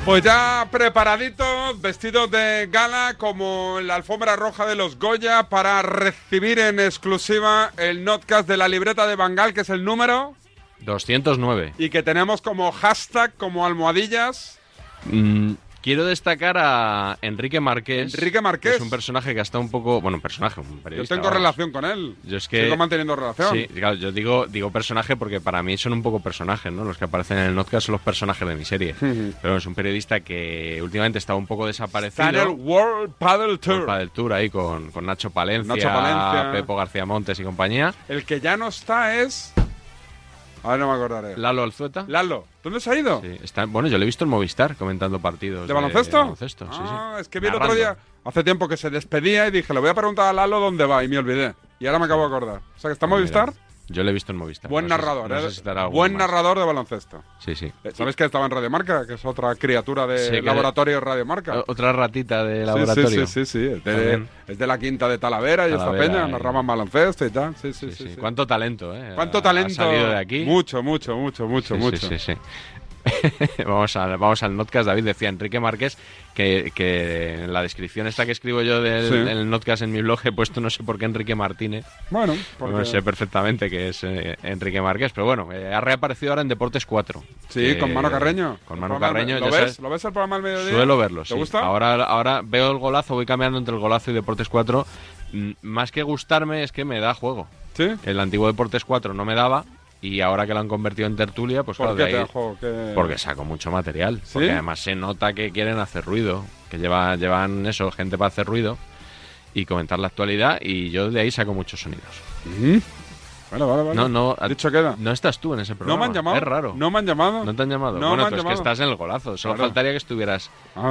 Speaker 5: Pues ya preparaditos, vestidos de gala como en la alfombra roja de los Goya para recibir en exclusiva el notcast de la libreta de Bangal, que es el número,
Speaker 4: 209.
Speaker 5: y que tenemos como hashtag, como almohadillas.
Speaker 4: Mm, quiero destacar a Enrique Márquez.
Speaker 5: Enrique Márquez.
Speaker 4: que Es un personaje que está un poco. Bueno, un personaje, un
Speaker 5: Yo
Speaker 4: periodista.
Speaker 5: tengo
Speaker 4: vamos.
Speaker 5: relación con él.
Speaker 4: Yo es que.
Speaker 5: Sigo manteniendo relación.
Speaker 4: Sí, claro, yo digo, digo personaje porque para mí son un poco personajes, ¿no? Los que aparecen en el podcast son los personajes de mi serie. Pero bueno, es un periodista que últimamente está un poco desaparecido.
Speaker 5: Está en el World Paddle Tour.
Speaker 4: Para el tour ahí con, con Nacho Palencia,
Speaker 5: Nacho Palencia.
Speaker 4: Pepo García Montes y compañía.
Speaker 5: El que ya no está es. Ahora no me acordaré.
Speaker 4: Lalo Alzueta.
Speaker 5: Lalo, ¿dónde se ha ido?
Speaker 4: Sí, está- bueno, yo lo he visto en Movistar comentando partidos.
Speaker 5: ¿De baloncesto?
Speaker 4: baloncesto, sí, sí.
Speaker 5: Ah, es que vi el
Speaker 4: Narrando.
Speaker 5: otro día, hace tiempo que se despedía y dije, le voy a preguntar a Lalo dónde va y me olvidé. Y ahora me acabo de acordar. O sea que está en
Speaker 4: Ah, Mira, pues
Speaker 5: Movistar,
Speaker 4: Yo lo he visto en Movistar.
Speaker 5: buen
Speaker 4: No sé si-
Speaker 5: narrador,
Speaker 4: no
Speaker 5: ¿eh?
Speaker 4: sé si estará alguno
Speaker 5: buen
Speaker 4: más.
Speaker 5: narrador de baloncesto.
Speaker 4: Sí, sí.
Speaker 5: Eh, ¿Sabes que estaba en Radiomarca? Que es otra criatura de
Speaker 4: Sí, que-
Speaker 5: laboratorio Radiomarca.
Speaker 4: O- Otra ratita de
Speaker 5: Sí,
Speaker 4: laboratorio.
Speaker 5: Sí, sí, sí, sí. Es, de,
Speaker 4: También.
Speaker 5: es de la quinta de Talavera y esta
Speaker 4: Talavera,
Speaker 5: peña,
Speaker 4: eh.
Speaker 5: narraban baloncesto y tal. Sí, sí, sí. sí.
Speaker 4: Cuánto talento, ¿eh?
Speaker 5: ¿Cuánto
Speaker 4: Ha-
Speaker 5: talento?
Speaker 4: Ha salido de aquí.
Speaker 5: Mucho, mucho, mucho, mucho,
Speaker 4: Sí, sí,
Speaker 5: mucho.
Speaker 4: sí, sí. vamos, al, vamos al notcast. David decía Enrique Márquez que, que en la descripción esta que escribo yo del,
Speaker 5: Sí.
Speaker 4: del notcast en mi blog he puesto no sé por qué Enrique Martínez.
Speaker 5: Bueno,
Speaker 4: No
Speaker 5: porque-
Speaker 4: sé perfectamente que es eh, Enrique Márquez, pero bueno, eh, ha reaparecido ahora en Deportes 4.
Speaker 5: Sí,
Speaker 4: que-
Speaker 5: con Mano Carreño. Pues
Speaker 4: Con Mano
Speaker 5: El programa-
Speaker 4: Carreño,
Speaker 5: ¿Lo
Speaker 4: ya
Speaker 5: ves?
Speaker 4: sabes,
Speaker 5: ¿Lo ves el programa al mediodía?
Speaker 4: Suelo verlo,
Speaker 5: ¿Te
Speaker 4: sí.
Speaker 5: gusta?
Speaker 4: Ahora, ahora veo el golazo, voy cambiando entre el golazo y Deportes 4. Mm, Más que gustarme es que me da juego.
Speaker 5: ¿Sí?
Speaker 4: El antiguo Deportes 4 no me daba y ahora que lo han convertido en tertulia, pues
Speaker 5: ¿Por
Speaker 4: claro,
Speaker 5: qué
Speaker 4: de
Speaker 5: te
Speaker 4: ahí-
Speaker 5: da juego? ¿Qué-
Speaker 4: porque saco mucho material. Porque además se nota que quieren hacer ruido, que lleva, llevan eso, gente para hacer ruido y comentar la actualidad y yo de ahí saco muchos sonidos.
Speaker 5: ¿Mm? Vale, vale, vale.
Speaker 4: No, no, no estás tú en ese
Speaker 5: ¿No
Speaker 4: programa.
Speaker 5: me han llamado?
Speaker 4: Es raro.
Speaker 5: ¿No me han llamado?
Speaker 4: No te han llamado.
Speaker 5: No me
Speaker 4: bueno,
Speaker 5: han
Speaker 4: tú es que
Speaker 5: llamado.
Speaker 4: estás en el golazo. Solo
Speaker 5: Claro.
Speaker 4: faltaría que estuvieras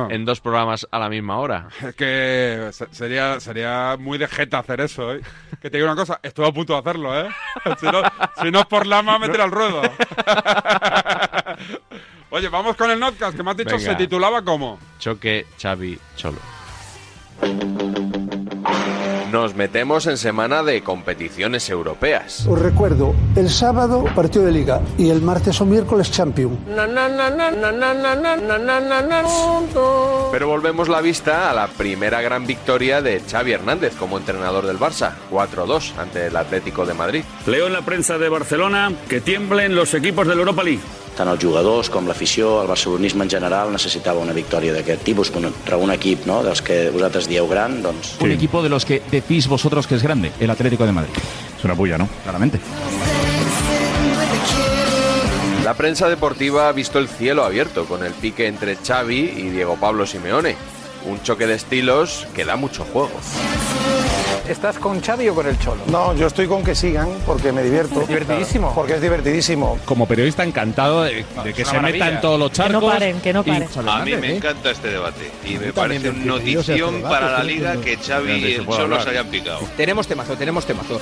Speaker 4: en dos programas a la misma hora.
Speaker 5: Es que se- sería, sería muy de jeta hacer eso, ¿eh? Que te digo una cosa, estuve a punto de hacerlo, ¿eh? Si no, si no es por lama, meter al ruedo. Oye, vamos con el podcast que me has dicho
Speaker 4: Venga.
Speaker 5: se titulaba como.
Speaker 4: Choque, Xavi, Cholo. Nos metemos en semana de competiciones europeas.
Speaker 20: Os recuerdo, el sábado partido de liga y el martes o miércoles champion.
Speaker 4: Pero volvemos la vista a la primera gran victoria de Xavi Hernández como entrenador del Barça, 4-2 ante el Atlético de Madrid.
Speaker 5: Leo en la prensa de Barcelona que tiemblen los equipos de l'Europa League.
Speaker 16: Tant els jugadors com l'afició, el barcelonisme en general necessitava una victòria d'aquest tipus contra un equip no? dels que vosaltres dieu gran, doncs...
Speaker 31: Un equipo de los que decís vosotros que es grande, el Atlético de Madrid. Es una bulla, ¿no? Claramente.
Speaker 4: La prensa deportiva ha visto el cielo abierto con el pique entre Xavi y Diego Pablo Simeone. Un choque de estilos que da mucho juego.
Speaker 24: ¿Estás con Xavi o con el Cholo?
Speaker 20: No, yo estoy con que sigan porque me divierto.
Speaker 24: Divertidísimo.
Speaker 20: Porque es divertidísimo.
Speaker 32: Como periodista encantado de, de que
Speaker 20: una
Speaker 32: se
Speaker 20: maravilla.
Speaker 32: metan todos los
Speaker 20: Que no
Speaker 32: charcos.
Speaker 20: paren, que no
Speaker 32: y- ¿eh?
Speaker 20: paren.
Speaker 4: A mí me encanta este debate y
Speaker 32: también
Speaker 4: me parece
Speaker 32: me encantaría
Speaker 4: una
Speaker 32: ese
Speaker 4: notición
Speaker 32: este debate,
Speaker 4: para la
Speaker 32: sí,
Speaker 4: liga
Speaker 32: sí,
Speaker 4: que
Speaker 32: sí.
Speaker 4: Xavi
Speaker 32: Grande,
Speaker 4: y
Speaker 32: se
Speaker 4: el
Speaker 32: puede
Speaker 4: Cholo
Speaker 32: hablar.
Speaker 4: se hayan picado.
Speaker 32: Tenemos temazo, tenemos temazo.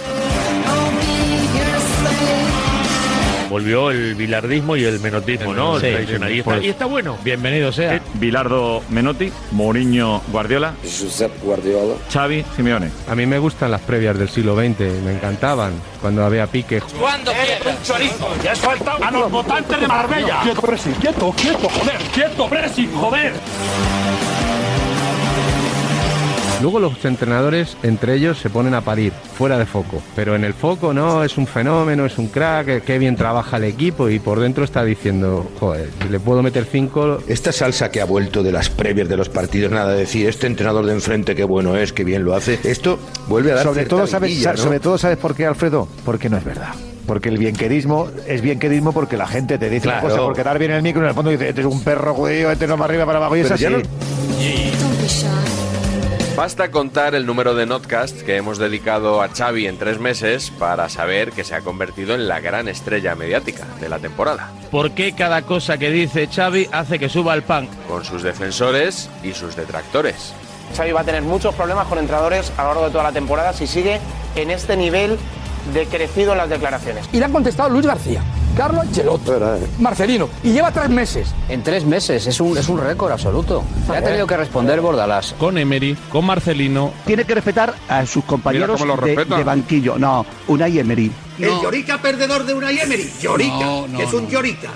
Speaker 33: Volvió el bilardismo y el menotismo, ¿no?
Speaker 9: Sí.
Speaker 33: El tradicionalista.
Speaker 9: Pues-
Speaker 33: y está bueno. Bienvenido sea.
Speaker 9: Bilardo Menotti, Mourinho Guardiola, Josep Guardiola, Xavi Simeone.
Speaker 34: A mí me gustan las previas del siglo XX, me encantaban cuando había pique.
Speaker 9: ¿Cuándo un chorizo? ¡Ya has faltado a los votantes de Marbella!
Speaker 20: Quieto, Presi, quieto, quieto, joder, quieto, Presi, joder.
Speaker 34: Luego los entrenadores entre ellos se ponen a parir, fuera de foco. Pero en el foco no, es un fenómeno, es un crack, eh, qué bien trabaja el equipo y por dentro está diciendo, joder, si le puedo meter cinco,
Speaker 22: Esta salsa que ha vuelto de las previas de los partidos, nada de decir, este entrenador de enfrente qué bueno es, qué bien lo hace, esto vuelve a dar
Speaker 35: Sobre
Speaker 22: cierta
Speaker 35: todo, sabes,
Speaker 22: vidilla,
Speaker 35: sa-
Speaker 22: ¿no?
Speaker 35: sobre todo, ¿sabes por qué, Alfredo? Porque no es verdad. Porque el bienquerismo es bienquerismo porque la gente te dice
Speaker 22: Claro.
Speaker 35: una cosa por quedar bien en el micro y en el fondo dice, este es un perro judío, este no va arriba para abajo y
Speaker 4: Pero
Speaker 35: es
Speaker 4: ya
Speaker 35: así.
Speaker 4: Basta contar el número de notcasts que hemos dedicado a Xavi en tres meses para saber que se ha convertido en la gran estrella mediática de la temporada,
Speaker 9: ¿Por qué cada cosa que dice Xavi hace que suba el pan?
Speaker 4: con sus defensores y sus detractores.
Speaker 24: Xavi va a tener muchos problemas con entrenadores a lo largo de toda la temporada si sigue en este nivel de crecido en las declaraciones.
Speaker 31: Y le han contestado Luis García, Carlos Ancelotti,
Speaker 22: eh.
Speaker 31: Marcelino. Y lleva tres meses. Eh, En tres meses, es un, es un récord absoluto. Le ha tenido que responder Bordalás.
Speaker 32: Con Emery, con Marcelino.
Speaker 9: Tiene que respetar a sus compañeros
Speaker 32: cómo lo
Speaker 9: de,
Speaker 32: respeta.
Speaker 9: de banquillo. No, Unai Emery.
Speaker 36: El Llorica perdedor de una Emery. Llorica, que es un Llorica.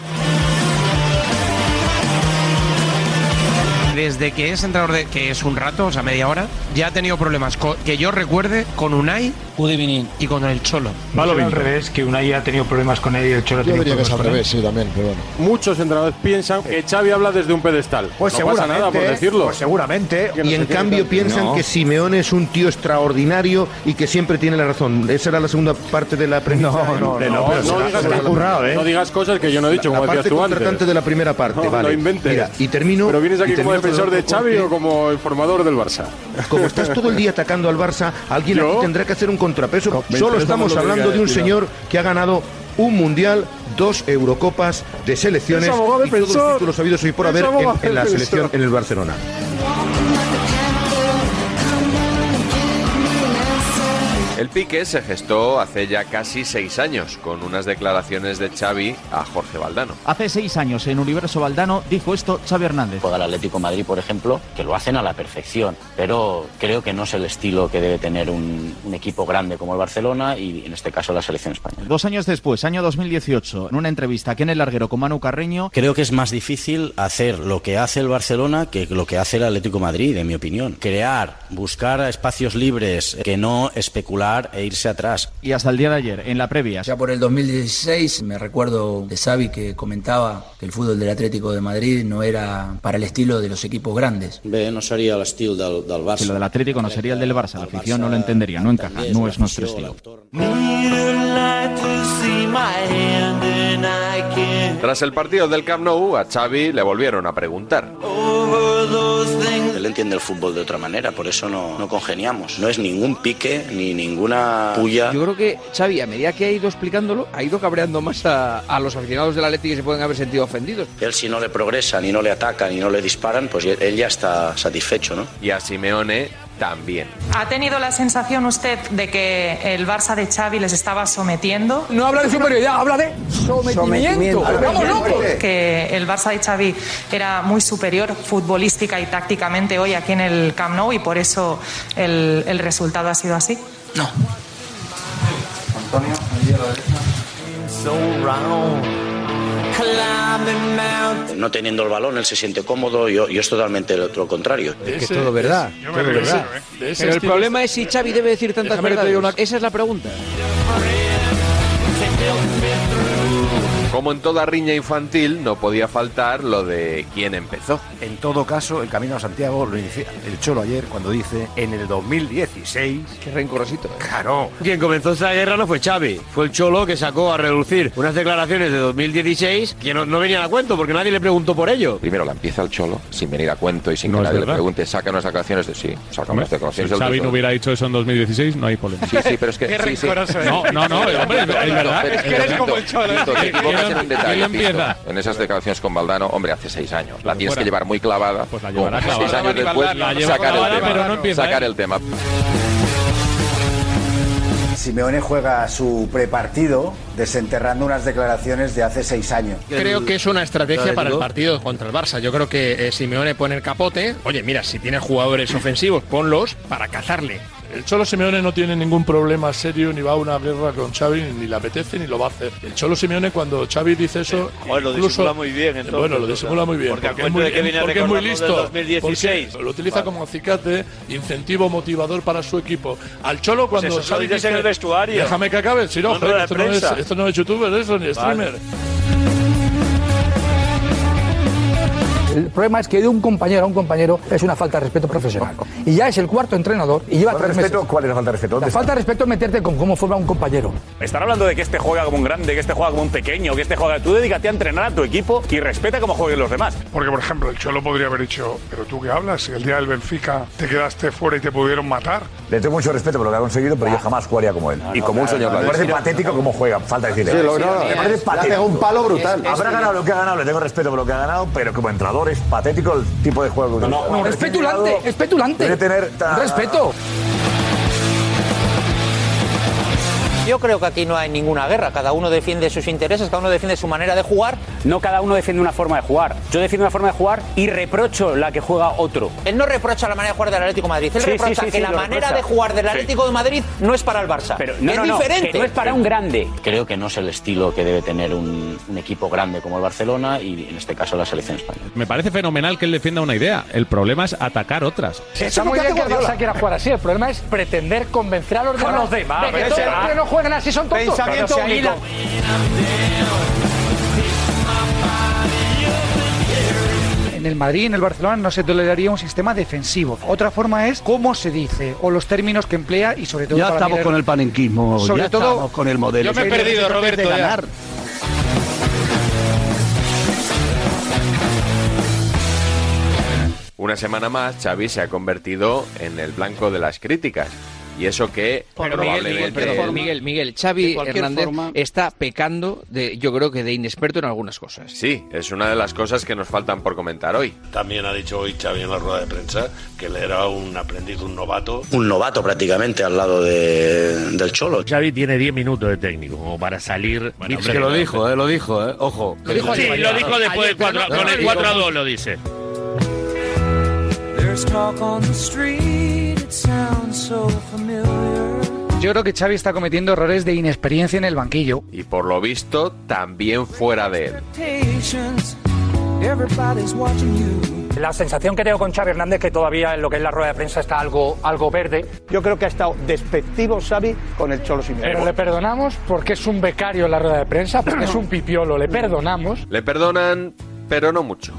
Speaker 9: Desde que es entrenador de que es un rato, o sea, media hora, ya ha tenido problemas que yo recuerde con Unai, Udivinin y con el Cholo.
Speaker 7: al revés, que Unai ha tenido problemas con él y el Cholo ha
Speaker 37: Yo
Speaker 7: tenido
Speaker 37: diría que es al
Speaker 7: problemas
Speaker 37: revés, sí, también, pero bueno.
Speaker 7: con él. Muchos entrenadores piensan que Xavi habla desde un pedestal.
Speaker 37: Pues
Speaker 7: no pasa nada por
Speaker 37: seguramente,
Speaker 38: ¿eh?
Speaker 7: decirlo.
Speaker 37: pues
Speaker 35: seguramente.
Speaker 37: Que no
Speaker 22: Y
Speaker 37: se
Speaker 22: en
Speaker 37: quede
Speaker 22: cambio
Speaker 37: tan-
Speaker 22: piensan
Speaker 37: No.
Speaker 22: que Simeone es un tío extraordinario y que siempre tiene la razón. Esa era la segunda parte de la premisa.
Speaker 7: No, no digas que- no digas cosas que yo no he dicho,
Speaker 22: ¿eh? La
Speaker 7: como
Speaker 22: parte
Speaker 7: decías tú
Speaker 22: contratante
Speaker 7: antes.
Speaker 22: de la primera parte,
Speaker 7: No,
Speaker 22: vale.
Speaker 7: no inventes.
Speaker 22: Mira, y termino.
Speaker 7: Pero vienes
Speaker 22: y
Speaker 7: aquí como
Speaker 22: termino
Speaker 7: defensor
Speaker 22: con-
Speaker 7: de Xavi o como informador del Barça.
Speaker 22: Como estás todo el día atacando al Barça, alguien
Speaker 7: ¿Yo?
Speaker 22: aquí tendrá que hacer un contrapeso.
Speaker 7: me
Speaker 22: Solo
Speaker 7: interesa
Speaker 22: estamos
Speaker 7: mucho lo que
Speaker 22: hablando de un
Speaker 7: diga, cuidado.
Speaker 22: señor que ha ganado un mundial, dos Eurocopas de selecciones
Speaker 7: Es abogado
Speaker 22: y todos
Speaker 7: defensor.
Speaker 22: los títulos habidos hoy por
Speaker 7: Es
Speaker 22: haber en-
Speaker 7: abogado
Speaker 22: en la
Speaker 7: defensor.
Speaker 22: selección en el Barcelona.
Speaker 4: El pique se gestó hace ya casi seis años con unas declaraciones de Xavi a Jorge Valdano.
Speaker 9: Hace seis años en Universo Valdano dijo esto Xavi Hernández.
Speaker 16: Juega el Atlético de Madrid, por ejemplo, que lo hacen a la perfección, pero creo que no es el estilo que debe tener un, un equipo grande como el Barcelona y en este caso la selección española.
Speaker 9: Dos años después, año 2018, en una entrevista aquí en el larguero con Manu Carreño,
Speaker 16: Creo que es más difícil hacer lo que hace el Barcelona que lo que hace el Atlético de Madrid, en mi opinión. Crear, buscar espacios libres, que no especular e irse atrás.
Speaker 9: y hasta el día de ayer, en la previa.
Speaker 36: Ya por el 2016 me recuerdo de Xavi que comentaba que el fútbol del Atlético de Madrid no era para el estilo de los equipos grandes.
Speaker 16: Bé, no sería el estilo del, del Barça.
Speaker 9: Si lo del Atlético no sería el del Barça, la afición no lo entendería, no encaja, no es nuestro estilo.
Speaker 4: Tras el partido del Camp Nou, a Xavi le volvieron a preguntar.
Speaker 16: Él entiende el fútbol de otra manera, por eso no, no congeniamos. No es ningún pique ni ninguna puya.
Speaker 9: Yo creo que Xavi, a medida que ha ido explicándolo, ha ido cabreando más a, a los aficionados del Atlético que se pueden haber sentido ofendidos.
Speaker 16: Él si no le progresan y no le atacan y no le disparan, pues él ya está satisfecho, ¿no?
Speaker 4: Y a Simeone también.
Speaker 2: ¿Ha tenido la sensación usted de que el Barça de Xavi les estaba sometiendo?
Speaker 39: No habla de superioridad, habla de sometimiento. ¡Vamos locos!
Speaker 2: Que el Barça de Xavi era muy superior futbolística y tácticamente hoy aquí en el Camp Nou y por eso el, el resultado ha sido así.
Speaker 39: No.
Speaker 4: Antonio, ahí a la derecha. Pues No teniendo el balón, él se siente cómodo y, y es totalmente lo lo contrario.
Speaker 38: que todo verdad.
Speaker 4: yo
Speaker 38: todo
Speaker 4: me reí,
Speaker 38: verdad.
Speaker 4: ¿eh?
Speaker 38: Pero
Speaker 9: Pero el problema es si Xavi debe decir tantas
Speaker 4: Déjame que te diga
Speaker 9: verdades.
Speaker 4: una-
Speaker 9: Esa es la pregunta.
Speaker 4: Como en toda riña infantil, no podía faltar lo de quién empezó.
Speaker 38: En todo caso, el camino a Santiago lo inicia el Cholo ayer cuando dice en el 2016. Qué rencorosito. Claro.
Speaker 9: Quien comenzó esta guerra no fue Xavi, fue el Cholo que sacó a reducir unas declaraciones de 2016 que no, no venían a cuento porque nadie le preguntó por ello.
Speaker 4: Primero la empieza el Cholo, sin venir a cuento y sin
Speaker 9: No,
Speaker 4: que
Speaker 9: es
Speaker 4: nadie le
Speaker 9: verdad.
Speaker 4: pregunte, saca unas declaraciones de sí, saca unas
Speaker 7: Pues Si
Speaker 4: declaraciones del
Speaker 7: Xavi no
Speaker 4: Cholo.
Speaker 7: hubiera dicho eso en 2016, no hay problema.
Speaker 4: Sí, sí, pero es que.
Speaker 7: Qué
Speaker 4: sí, sí.
Speaker 7: rencoroso, ¿eh? No, no, no, hombre, es verdad. Es que eres como el Cholo,
Speaker 4: Pinto,
Speaker 7: ¿eh?
Speaker 4: te equivocas en
Speaker 7: ¿Quién-
Speaker 4: un detalle.
Speaker 7: quién
Speaker 4: Pinto.
Speaker 7: empieza?
Speaker 4: En esas declaraciones con Valdano, hombre, hace seis años. La tienes
Speaker 7: fuera.
Speaker 4: que llevar muy clavada. Pues la
Speaker 7: llevará
Speaker 4: Seis
Speaker 7: clavada.
Speaker 4: años
Speaker 7: La
Speaker 4: después,
Speaker 7: lleva
Speaker 4: sacar el
Speaker 7: clavada,
Speaker 4: tema.
Speaker 7: pero no empieza,
Speaker 4: sacar
Speaker 7: ¿eh?
Speaker 4: el tema.
Speaker 22: Simeone juega su prepartido desenterrando unas declaraciones de hace seis años. Creo que es una estrategia para el Atlético. partido contra el Barça. Yo creo que eh, Simeone pone el capote. Oye, mira, si tienes jugadores ofensivos, ponlos para cazarle.
Speaker 20: El Cholo Simeone no tiene ningún problema serio, ni va a una guerra con Xavi, ni le apetece, ni lo va a hacer. El Cholo Simeone, cuando Xavi dice eso...
Speaker 35: Eh,
Speaker 20: Eh,
Speaker 35: joder, lo disimula muy bien, entonces,
Speaker 20: bueno, lo
Speaker 35: o sea,
Speaker 20: disimula muy bien.
Speaker 35: porque a
Speaker 20: Porque, es
Speaker 35: cuento
Speaker 20: muy,
Speaker 35: de que viene a
Speaker 20: porque es muy
Speaker 35: recordarnos
Speaker 20: listo.
Speaker 35: del 2016.
Speaker 20: porque lo utiliza
Speaker 35: Vale.
Speaker 20: como acicate, incentivo, motivador para su equipo. Al Cholo,
Speaker 35: Pues
Speaker 20: cuando
Speaker 35: eso,
Speaker 20: Xavi
Speaker 35: lo dices en el vestuario.
Speaker 20: Déjame que acabe, si no,
Speaker 35: No, no,
Speaker 20: joder,
Speaker 35: la
Speaker 20: esto, no es,
Speaker 35: prensa.
Speaker 20: esto no es youtuber, eso, ni streamer.
Speaker 9: El problema es que de un compañero a un compañero es una falta de respeto profesional. Y ya es el cuarto entrenador y lleva
Speaker 35: ¿Falta de
Speaker 9: tres
Speaker 35: respeto?
Speaker 9: meses.
Speaker 35: ¿Cuál es la falta de respeto?
Speaker 9: La
Speaker 35: ¿Dónde
Speaker 9: falta de respeto es meterte con cómo forma un compañero.
Speaker 35: Están hablando de que este juega como un grande, que este juega como un pequeño, que este juega. Tú dedícate a entrenar a tu equipo y respeta cómo jueguen los demás.
Speaker 24: Porque, por ejemplo, el Cholo podría haber dicho, pero tú qué hablas, si el día del Benfica te quedaste fuera y te pudieron matar.
Speaker 35: Le tengo mucho respeto por lo que ha conseguido, pero yo jamás jugaría como él.
Speaker 24: Y como un señor
Speaker 35: Me
Speaker 24: Valdés.
Speaker 35: parece patético como juega, falta decirle.
Speaker 24: Sí, lo- no,
Speaker 35: me parece
Speaker 22: es-
Speaker 35: patético.
Speaker 22: le ha pegado un palo brutal. Es- es-
Speaker 35: Habrá ganado lo que ha ganado, le tengo respeto por lo que ha ganado, pero como entrenador es patético el tipo de juego que
Speaker 9: No, es petulante, es petulante.
Speaker 35: Debe tener tan-
Speaker 9: Respeto.
Speaker 35: Yo creo que aquí no hay ninguna guerra. Cada uno defiende sus intereses, cada uno defiende su manera de jugar. No cada uno defiende una forma de jugar. Yo defiendo una forma de jugar y reprocho la que juega otro.
Speaker 9: Él no reprocha la manera de jugar del Atlético de Madrid.
Speaker 35: él Sí, sí, reprocha sí, que sí, la lo manera reprocha. de jugar del Sí. Atlético
Speaker 9: de Madrid no es para el Barça.
Speaker 35: Pero no, Es no, no, diferente. que no es para un grande.
Speaker 16: Creo que no es el estilo que debe tener un, un equipo grande como el Barcelona y en este caso la selección española.
Speaker 7: Me parece fenomenal que él defienda una idea. El problema es atacar otras.
Speaker 9: Está muy bien que el Barça quiera jugar así. El problema es pretender convencer a los
Speaker 7: A
Speaker 9: demás,
Speaker 7: los demás,
Speaker 9: de que
Speaker 7: pero
Speaker 9: todos
Speaker 7: ese-
Speaker 9: los que no juegan así son tontos.
Speaker 7: Pensamiento
Speaker 9: Pero si ahí
Speaker 7: único.
Speaker 9: la-
Speaker 40: En el Madrid, en el Barcelona, no se toleraría un sistema defensivo. Otra forma es cómo se dice o los términos que emplea y sobre todo.
Speaker 41: Ya
Speaker 40: para
Speaker 41: estamos
Speaker 40: mirar-
Speaker 41: con el panenquismo,
Speaker 40: Sobre
Speaker 41: ya
Speaker 40: todo-
Speaker 41: estamos con el modelo.
Speaker 40: Yo me he perdido,
Speaker 41: De
Speaker 40: Roberto, ya.
Speaker 41: ganar.
Speaker 4: Una semana más, Xavi se ha convertido en el blanco de las críticas. Y eso que
Speaker 9: Pero Miguel, Miguel,
Speaker 4: probablemente...
Speaker 9: perdón, Miguel, Miguel, Xavi
Speaker 35: De cualquier
Speaker 9: Hernández
Speaker 35: forma-
Speaker 9: está pecando de, yo creo que de inexperto en algunas cosas.
Speaker 4: Sí, es una de las cosas que nos faltan por comentar hoy.
Speaker 40: También ha dicho hoy Xavi en la rueda de prensa que le era un aprendiz, un novato.
Speaker 16: Un novato prácticamente al lado de- del Cholo.
Speaker 42: Xavi tiene 10 minutos de técnico como para salir.
Speaker 16: Bueno,
Speaker 41: Es que lo dijo, eh, lo dijo, eh, ojo.
Speaker 42: Lo dijo sí, lo dijo después del 4, con el 4 a 2 lo dice.
Speaker 9: Yo creo que Xavi está cometiendo errores de inexperiencia en el banquillo.
Speaker 4: Y por lo visto, también fuera de él.
Speaker 9: La sensación que tengo con Xavi Hernández que todavía en lo que es la rueda de
Speaker 40: Eh,
Speaker 9: prensa está algo, algo verde. Yo creo que ha estado despectivo Xavi con el Cholo Simeone. Pero le perdonamos porque es un becario en la rueda de prensa, porque es un pipiolo, le perdonamos.
Speaker 4: Le perdonan, pero no mucho.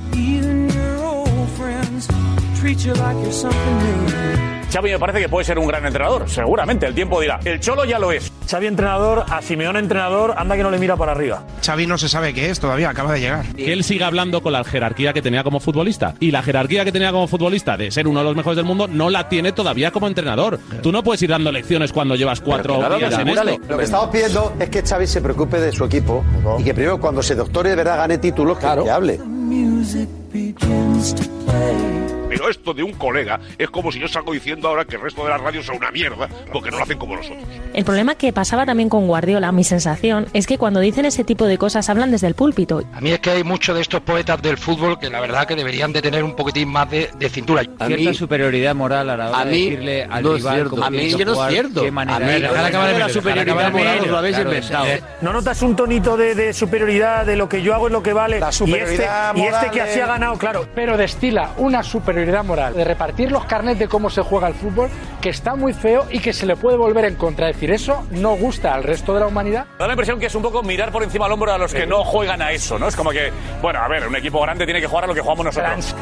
Speaker 35: Xavi me parece que puede ser un gran entrenador, seguramente, el tiempo dirá. El Cholo ya lo es.
Speaker 9: Xavi entrenador, a Simeone entrenador, anda que no le mira para arriba.
Speaker 43: Xavi no se sabe qué es todavía, acaba de llegar.
Speaker 7: Que él siga hablando con la jerarquía que tenía como futbolista. Y la jerarquía que tenía como futbolista de ser uno de los mejores del mundo no la tiene todavía como entrenador. Tú no puedes ir dando lecciones cuando llevas cuatro días en esto.
Speaker 24: Lo que estamos pidiendo es que Xavi se preocupe de su equipo y que primero cuando se doctore de verdad gane títulos que, que hable.
Speaker 44: Music begins to play.
Speaker 45: Pero esto de un colega es como si yo salgo diciendo ahora que el resto de las radios son una mierda porque no lo hacen como nosotros.
Speaker 17: El problema que pasaba también con Guardiola, mi sensación, es que cuando dicen ese tipo de cosas hablan desde el púlpito.
Speaker 16: A mí es que hay muchos de estos poetas del fútbol que la verdad que deberían de tener un poquitín más de, de cintura.
Speaker 9: A Cierta
Speaker 46: este,
Speaker 9: superioridad moral a la hora
Speaker 16: a
Speaker 9: de
Speaker 16: mí
Speaker 9: decirle al
Speaker 16: no es
Speaker 9: rival
Speaker 16: cierto.
Speaker 9: cómo
Speaker 16: A mí
Speaker 9: tiene
Speaker 16: es que no es
Speaker 9: jugar,
Speaker 16: cierto.
Speaker 9: qué manera
Speaker 16: A mí-
Speaker 9: de-
Speaker 16: Dejad acabar de
Speaker 9: la
Speaker 16: meter,
Speaker 9: superioridad
Speaker 16: dejad acabar de
Speaker 9: moral os
Speaker 16: meter.
Speaker 9: lo habéis
Speaker 16: Claro,
Speaker 9: inventado.
Speaker 16: eh,
Speaker 35: ¿No notas un tonito de, de superioridad de lo que yo hago es lo que vale?
Speaker 16: La superioridad
Speaker 35: y este, y este
Speaker 16: moral
Speaker 35: que así
Speaker 16: de-
Speaker 35: ha ganado, claro.
Speaker 46: Pero destila una superioridad moral de repartir los carnets de cómo se juega el fútbol, que está muy feo y que se le puede volver en contra. Es decir, eso no gusta al resto de la humanidad.
Speaker 16: Da la impresión que es un poco mirar por encima del hombro a los que no juegan a eso, ¿no? Es como que, bueno, a ver, un equipo grande tiene que jugar a lo que jugamos nosotros.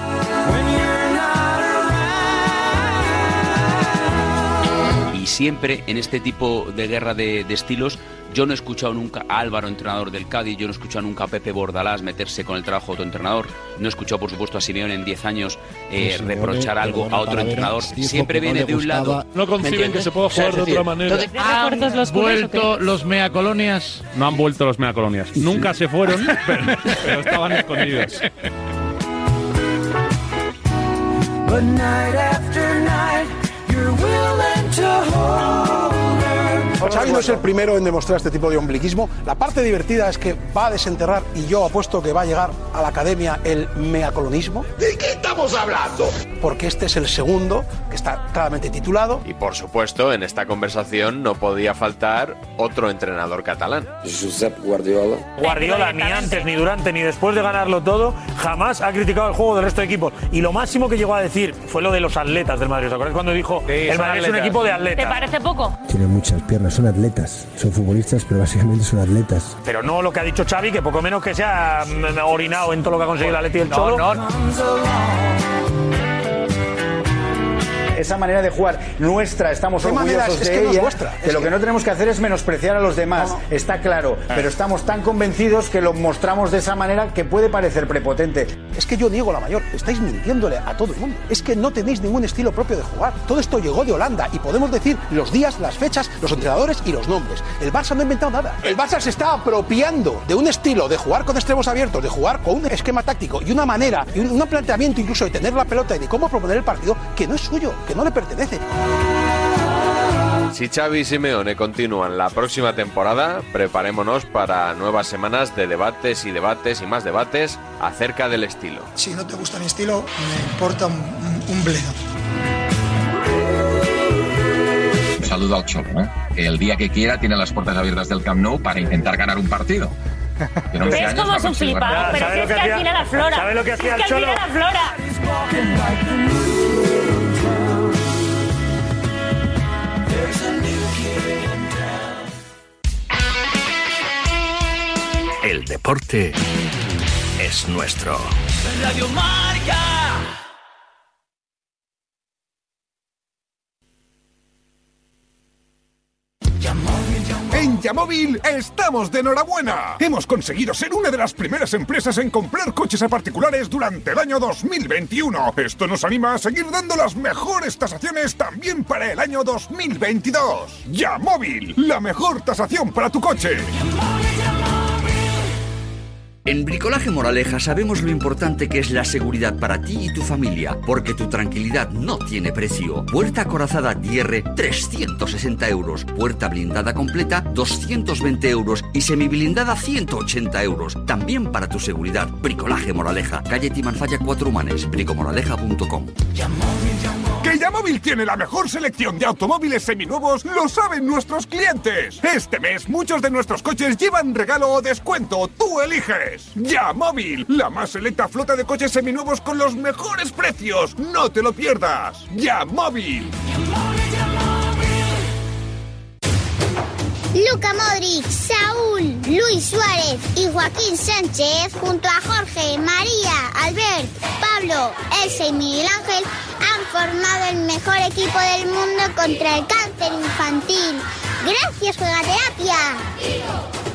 Speaker 9: Y siempre en este tipo de guerra de, de estilos, yo no he escuchado nunca a Álvaro, entrenador del Cádiz, yo no he escuchado nunca a Pepe Bordalás meterse con el trabajo de otro entrenador, no he escuchado, por supuesto, a Simeone en 10 años eh, Sí, Simeone, reprochar algo a Simeone otro Talavera entrenador. dijo Siempre que no viene le de un gustaba- lado.
Speaker 47: No conciben que se pueda jugar de otra manera.
Speaker 9: refuerzos los
Speaker 47: culés o qué?
Speaker 9: vuelto
Speaker 47: los
Speaker 9: mea colonias?
Speaker 2: No han vuelto los megacolonias. Nunca se fueron, pero, pero estaban escondidos.
Speaker 1: But night after night, you're willing to hold her.
Speaker 7: Xavi no es el primero en demostrar este tipo de ombliquismo. La parte divertida es que va a desenterrar y yo apuesto que va a llegar a la academia el meacolonismo. ¿De qué estamos hablando? Porque este es el segundo que está claramente titulado.
Speaker 4: Y por supuesto, en esta conversación no podía faltar otro entrenador catalán. Josep Guardiola.
Speaker 35: Guardiola, ni antes, ni durante, ni después de ganarlo todo, jamás ha criticado el juego del resto de equipos. Y lo máximo que llegó a decir fue lo de los atletas del Madrid. ¿Os acordáis cuando dijo el
Speaker 48: son
Speaker 35: Madrid es un
Speaker 48: atletas".
Speaker 35: equipo de
Speaker 17: ¿Te
Speaker 35: atletas?
Speaker 17: parece poco?
Speaker 48: Tienen muchas piernas, son atletas. Son futbolistas, pero básicamente son atletas.
Speaker 35: Pero no lo que ha dicho Xavi, que poco menos que se ha mm, orinado en todo lo que ha conseguido la Leti del Cholo.
Speaker 7: Esa manera de jugar nuestra, estamos ¿Qué manera orgullosos es? Es de que no es ella. vuestra, que lo que... no tenemos que hacer es menospreciar a los demás, está claro.
Speaker 9: Ah.
Speaker 7: Pero estamos tan convencidos que lo mostramos de esa manera que puede parecer prepotente. Es que yo niego la mayor, estáis mintiéndole a todo el mundo. Es que no tenéis ningún estilo propio de jugar. Todo esto llegó de Holanda y podemos decir los días, las fechas, los entrenadores y los nombres. El Barça no ha inventado nada. El Barça se está apropiando de un estilo de jugar con extremos abiertos, de jugar con un esquema táctico y una manera y un, un planteamiento incluso de tener la pelota y de cómo proponer el partido que no es suyo, que no le pertenece.
Speaker 4: Si Xavi y Simeone continúan la próxima temporada, preparémonos para nuevas semanas de debates y debates y más debates acerca del estilo.
Speaker 24: Si no te gusta mi estilo, me importa un, un bledo.
Speaker 25: Saluda al Cholo, ¿eh? Que el día que quiera tiene las puertas abiertas del Camp Nou para intentar ganar un partido. Que en 11
Speaker 17: ¿Ves
Speaker 25: años va
Speaker 17: cómo
Speaker 25: a
Speaker 17: es un
Speaker 25: conseguir
Speaker 17: flipado?
Speaker 25: ganar.
Speaker 17: Pero si es que al final aflora.
Speaker 25: ¿Sabe lo que
Speaker 17: Si es que
Speaker 25: hacía el
Speaker 17: al
Speaker 25: Cholo?
Speaker 17: final aflora.
Speaker 49: El deporte es nuestro.
Speaker 1: Radio Marca.
Speaker 24: En Yamóvil estamos de enhorabuena. Hemos conseguido ser una de las primeras empresas en comprar coches a particulares durante el año 2021. Esto nos anima a seguir dando las mejores tasaciones también para el año 2022. Yamóvil, la mejor tasación para tu coche.
Speaker 25: En Bricolaje Moraleja sabemos lo importante que es la seguridad para ti y tu familia, porque tu tranquilidad no tiene precio. Puerta acorazada DR 360 euros, puerta blindada completa 220 euros y semiblindada 180 euros. También para tu seguridad, Bricolaje Moraleja, calle Timanfaya 4 Humanes, bricomoraleja.com.
Speaker 24: Que Yamóvil tiene la mejor selección de automóviles seminuevos, lo saben nuestros clientes. Este mes muchos de nuestros coches llevan regalo o descuento, tú eliges. Yamóvil, la más selecta flota de coches seminuevos con los mejores precios, no te lo pierdas. Yamóvil.
Speaker 26: Luca Modric, Saúl, Luis Suárez y Joaquín Sánchez, junto a Jorge, María, Albert, Pablo, Elsa y Miguel Ángel, han formado el mejor equipo del mundo contra el cáncer infantil. Gracias, Juega Terapia.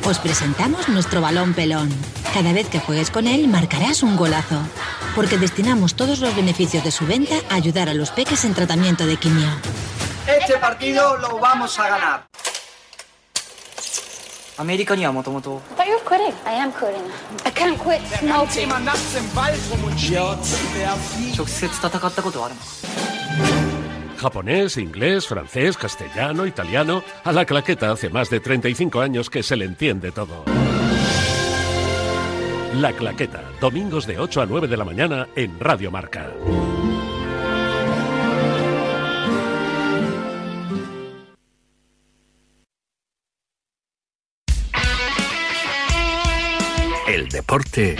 Speaker 50: Os presentamos nuestro balón pelón. Cada vez que juegues con él, marcarás un golazo. Porque destinamos todos los beneficios de su venta a ayudar a los peques en tratamiento de quimio.
Speaker 24: Este partido lo vamos a ganar.
Speaker 4: アメリカにはもともと
Speaker 1: But you're quitting. I am quitting. I can't quit smoking.
Speaker 4: Yeah. 直接戦ったことはあるの
Speaker 51: Japonés, inglés, francés, castellano, italiano. A la claqueta hace más de 35 años que se le entiende todo. La claqueta, domingos de 8 a 9 de la mañana en Radio Marca. El deporte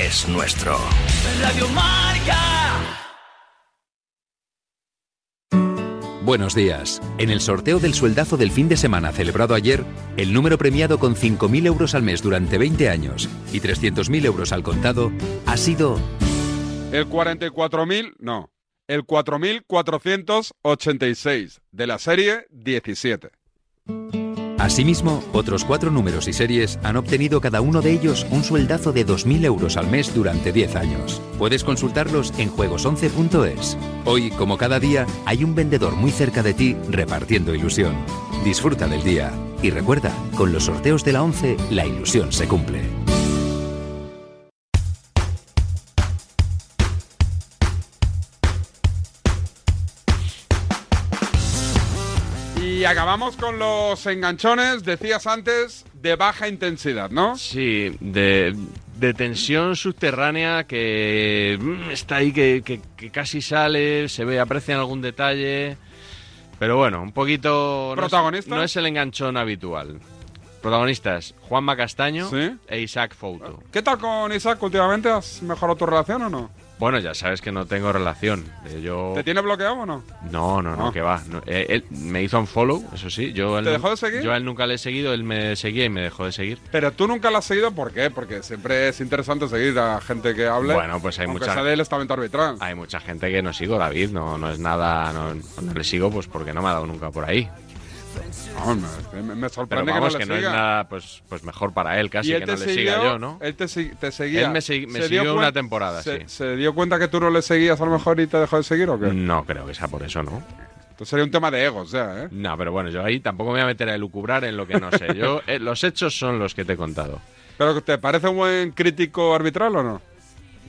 Speaker 51: es nuestro.
Speaker 52: Radio Marca.
Speaker 7: Buenos días. En el sorteo del sueldazo del fin de semana celebrado ayer, el número premiado con 5.000 euros al mes durante 20 años y 300.000 euros al contado ha sido
Speaker 5: El 44.000, no, el 4.486 de la serie 17.
Speaker 7: Asimismo, otros cuatro números y series han obtenido cada uno de ellos un sueldazo de 2.000 euros al mes durante 10 años. Puedes consultarlos en juegos11.es. Hoy, como cada día, hay un vendedor muy cerca de ti repartiendo ilusión. Disfruta del día y recuerda, con los sorteos de la 11, la ilusión se cumple.
Speaker 5: Y acabamos con los enganchones, decías antes, de baja intensidad, ¿no?
Speaker 4: Sí, de, de tensión subterránea que mm, está ahí, que, que- que casi sale, se ve, aprecian algún detalle. Pero bueno, un poquito. no es-
Speaker 5: ¿Protagonista?
Speaker 4: No es, el enganchón habitual. Protagonistas: Juanma Castaño
Speaker 5: Sí.
Speaker 4: e Isaac Fouto.
Speaker 5: ¿Qué tal con Isaac últimamente? ¿Has mejorado tu relación o no?
Speaker 4: Bueno, ya sabes que no tengo relación. Eh, Yo.
Speaker 5: ¿Te tiene bloqueado o no?
Speaker 4: No, no, no,
Speaker 5: Ah.
Speaker 4: que va. No, eh, él me hizo un follow, eso sí. Yo a él
Speaker 5: ¿Te
Speaker 4: nu-
Speaker 5: dejó de seguir?
Speaker 4: Yo a él nunca le he seguido, él me seguía y me dejó de seguir.
Speaker 5: Pero tú nunca la has seguido, ¿por qué? Porque siempre es interesante seguir a gente que hable.
Speaker 4: Bueno, pues hay
Speaker 5: aunque
Speaker 4: mucha-
Speaker 5: sea del estamento arbitral.
Speaker 4: Hay mucha gente que no sigo, David, no, no es nada, no, no le sigo pues porque no me ha dado nunca por ahí.
Speaker 5: Me, me- me
Speaker 4: Pero
Speaker 5: sorprende
Speaker 4: vamos,
Speaker 5: que no le
Speaker 4: que no
Speaker 5: siga.
Speaker 4: es nada, pues, pues mejor para él casi
Speaker 5: Y él
Speaker 4: que
Speaker 5: te
Speaker 4: no le
Speaker 5: siguió-
Speaker 4: siga yo, ¿no?
Speaker 5: Él te, si- te seguía.
Speaker 4: Él me segui- me
Speaker 5: ¿Se dio
Speaker 4: siguió una
Speaker 5: cuen-
Speaker 4: temporada,
Speaker 5: se,
Speaker 4: sí.
Speaker 5: ¿Se dio cuenta que tú no le seguías a lo mejor y te dejó de seguir o qué?
Speaker 4: No creo que sea por eso, ¿no?
Speaker 5: Entonces sería un tema de egos ya, ¿eh?
Speaker 4: No, pero bueno, yo ahí tampoco me voy a meter a elucubrar en lo que no sé. Yo, eh, los hechos son los que te he contado.
Speaker 5: ¿Pero te parece un buen crítico arbitral o no?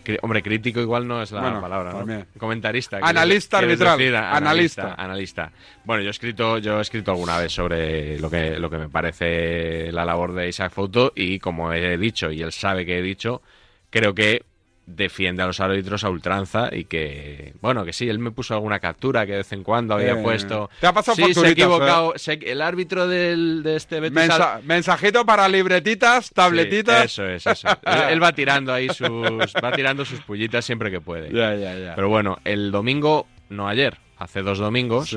Speaker 4: Cri- hombre, crítico igual no es la
Speaker 5: Bueno,
Speaker 4: palabra, ¿no?
Speaker 5: también.
Speaker 4: Comentarista.
Speaker 5: Analista
Speaker 4: quieres
Speaker 5: arbitral,
Speaker 4: analista,
Speaker 5: analista.
Speaker 4: analista. Bueno, yo he escrito, yo he escrito alguna vez sobre lo que, lo que me parece la labor de Isaac Foto y como he dicho, y él sabe que he dicho, creo que defiende a los árbitros a ultranza y que bueno que sí él me puso alguna captura que de vez en cuando había
Speaker 5: Eh,
Speaker 4: puesto
Speaker 5: te ha pasado
Speaker 4: sí se ha
Speaker 5: facturitas,
Speaker 4: equivocado se- el árbitro del, de este Betis al-
Speaker 5: Mensa- mensajito para libretitas, tabletitas.
Speaker 4: Sí, eso es, eso. él, él va tirando ahí sus va tirando sus pullitas siempre que puede.
Speaker 5: Ya, ya, ya.
Speaker 4: Pero bueno, el domingo, no ayer, hace dos domingos,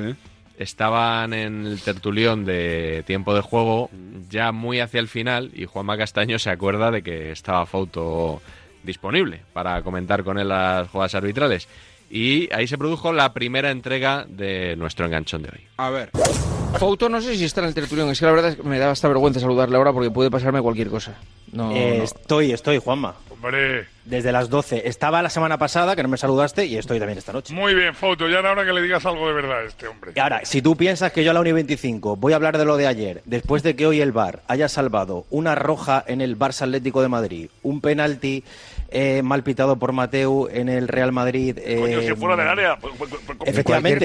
Speaker 4: estaban en el tertulión de tiempo de juego,
Speaker 5: Mm.
Speaker 4: ya muy hacia el final, y Juanma Castaño se acuerda de que estaba Fouto disponible para comentar con él las jugadas arbitrales. Y ahí se produjo la primera entrega de nuestro enganchón de hoy.
Speaker 5: A ver.
Speaker 53: Fouto no sé si está en el tertulión, es que la verdad es que me da hasta vergüenza saludarle ahora porque puede pasarme cualquier cosa. No,
Speaker 9: Eh,
Speaker 53: no.
Speaker 9: Estoy, estoy, Juanma.
Speaker 20: Hombre,
Speaker 9: Desde las 12. Estaba la semana pasada, que no me saludaste, y estoy también esta noche.
Speaker 20: muy bien, Foto. Ya era hora que le digas algo de verdad a este hombre.
Speaker 9: Y ahora, Ah, si tú piensas que yo a la Uni 25 voy a hablar de lo de ayer, después de que hoy el VAR haya salvado una roja en el Barça Atlético de Madrid, un penalti eh, mal pitado por Mateu en el Real Madrid.
Speaker 35: Coño, si
Speaker 9: eh,
Speaker 35: fuera del área. pues, pues, pues,
Speaker 9: Efectivamente.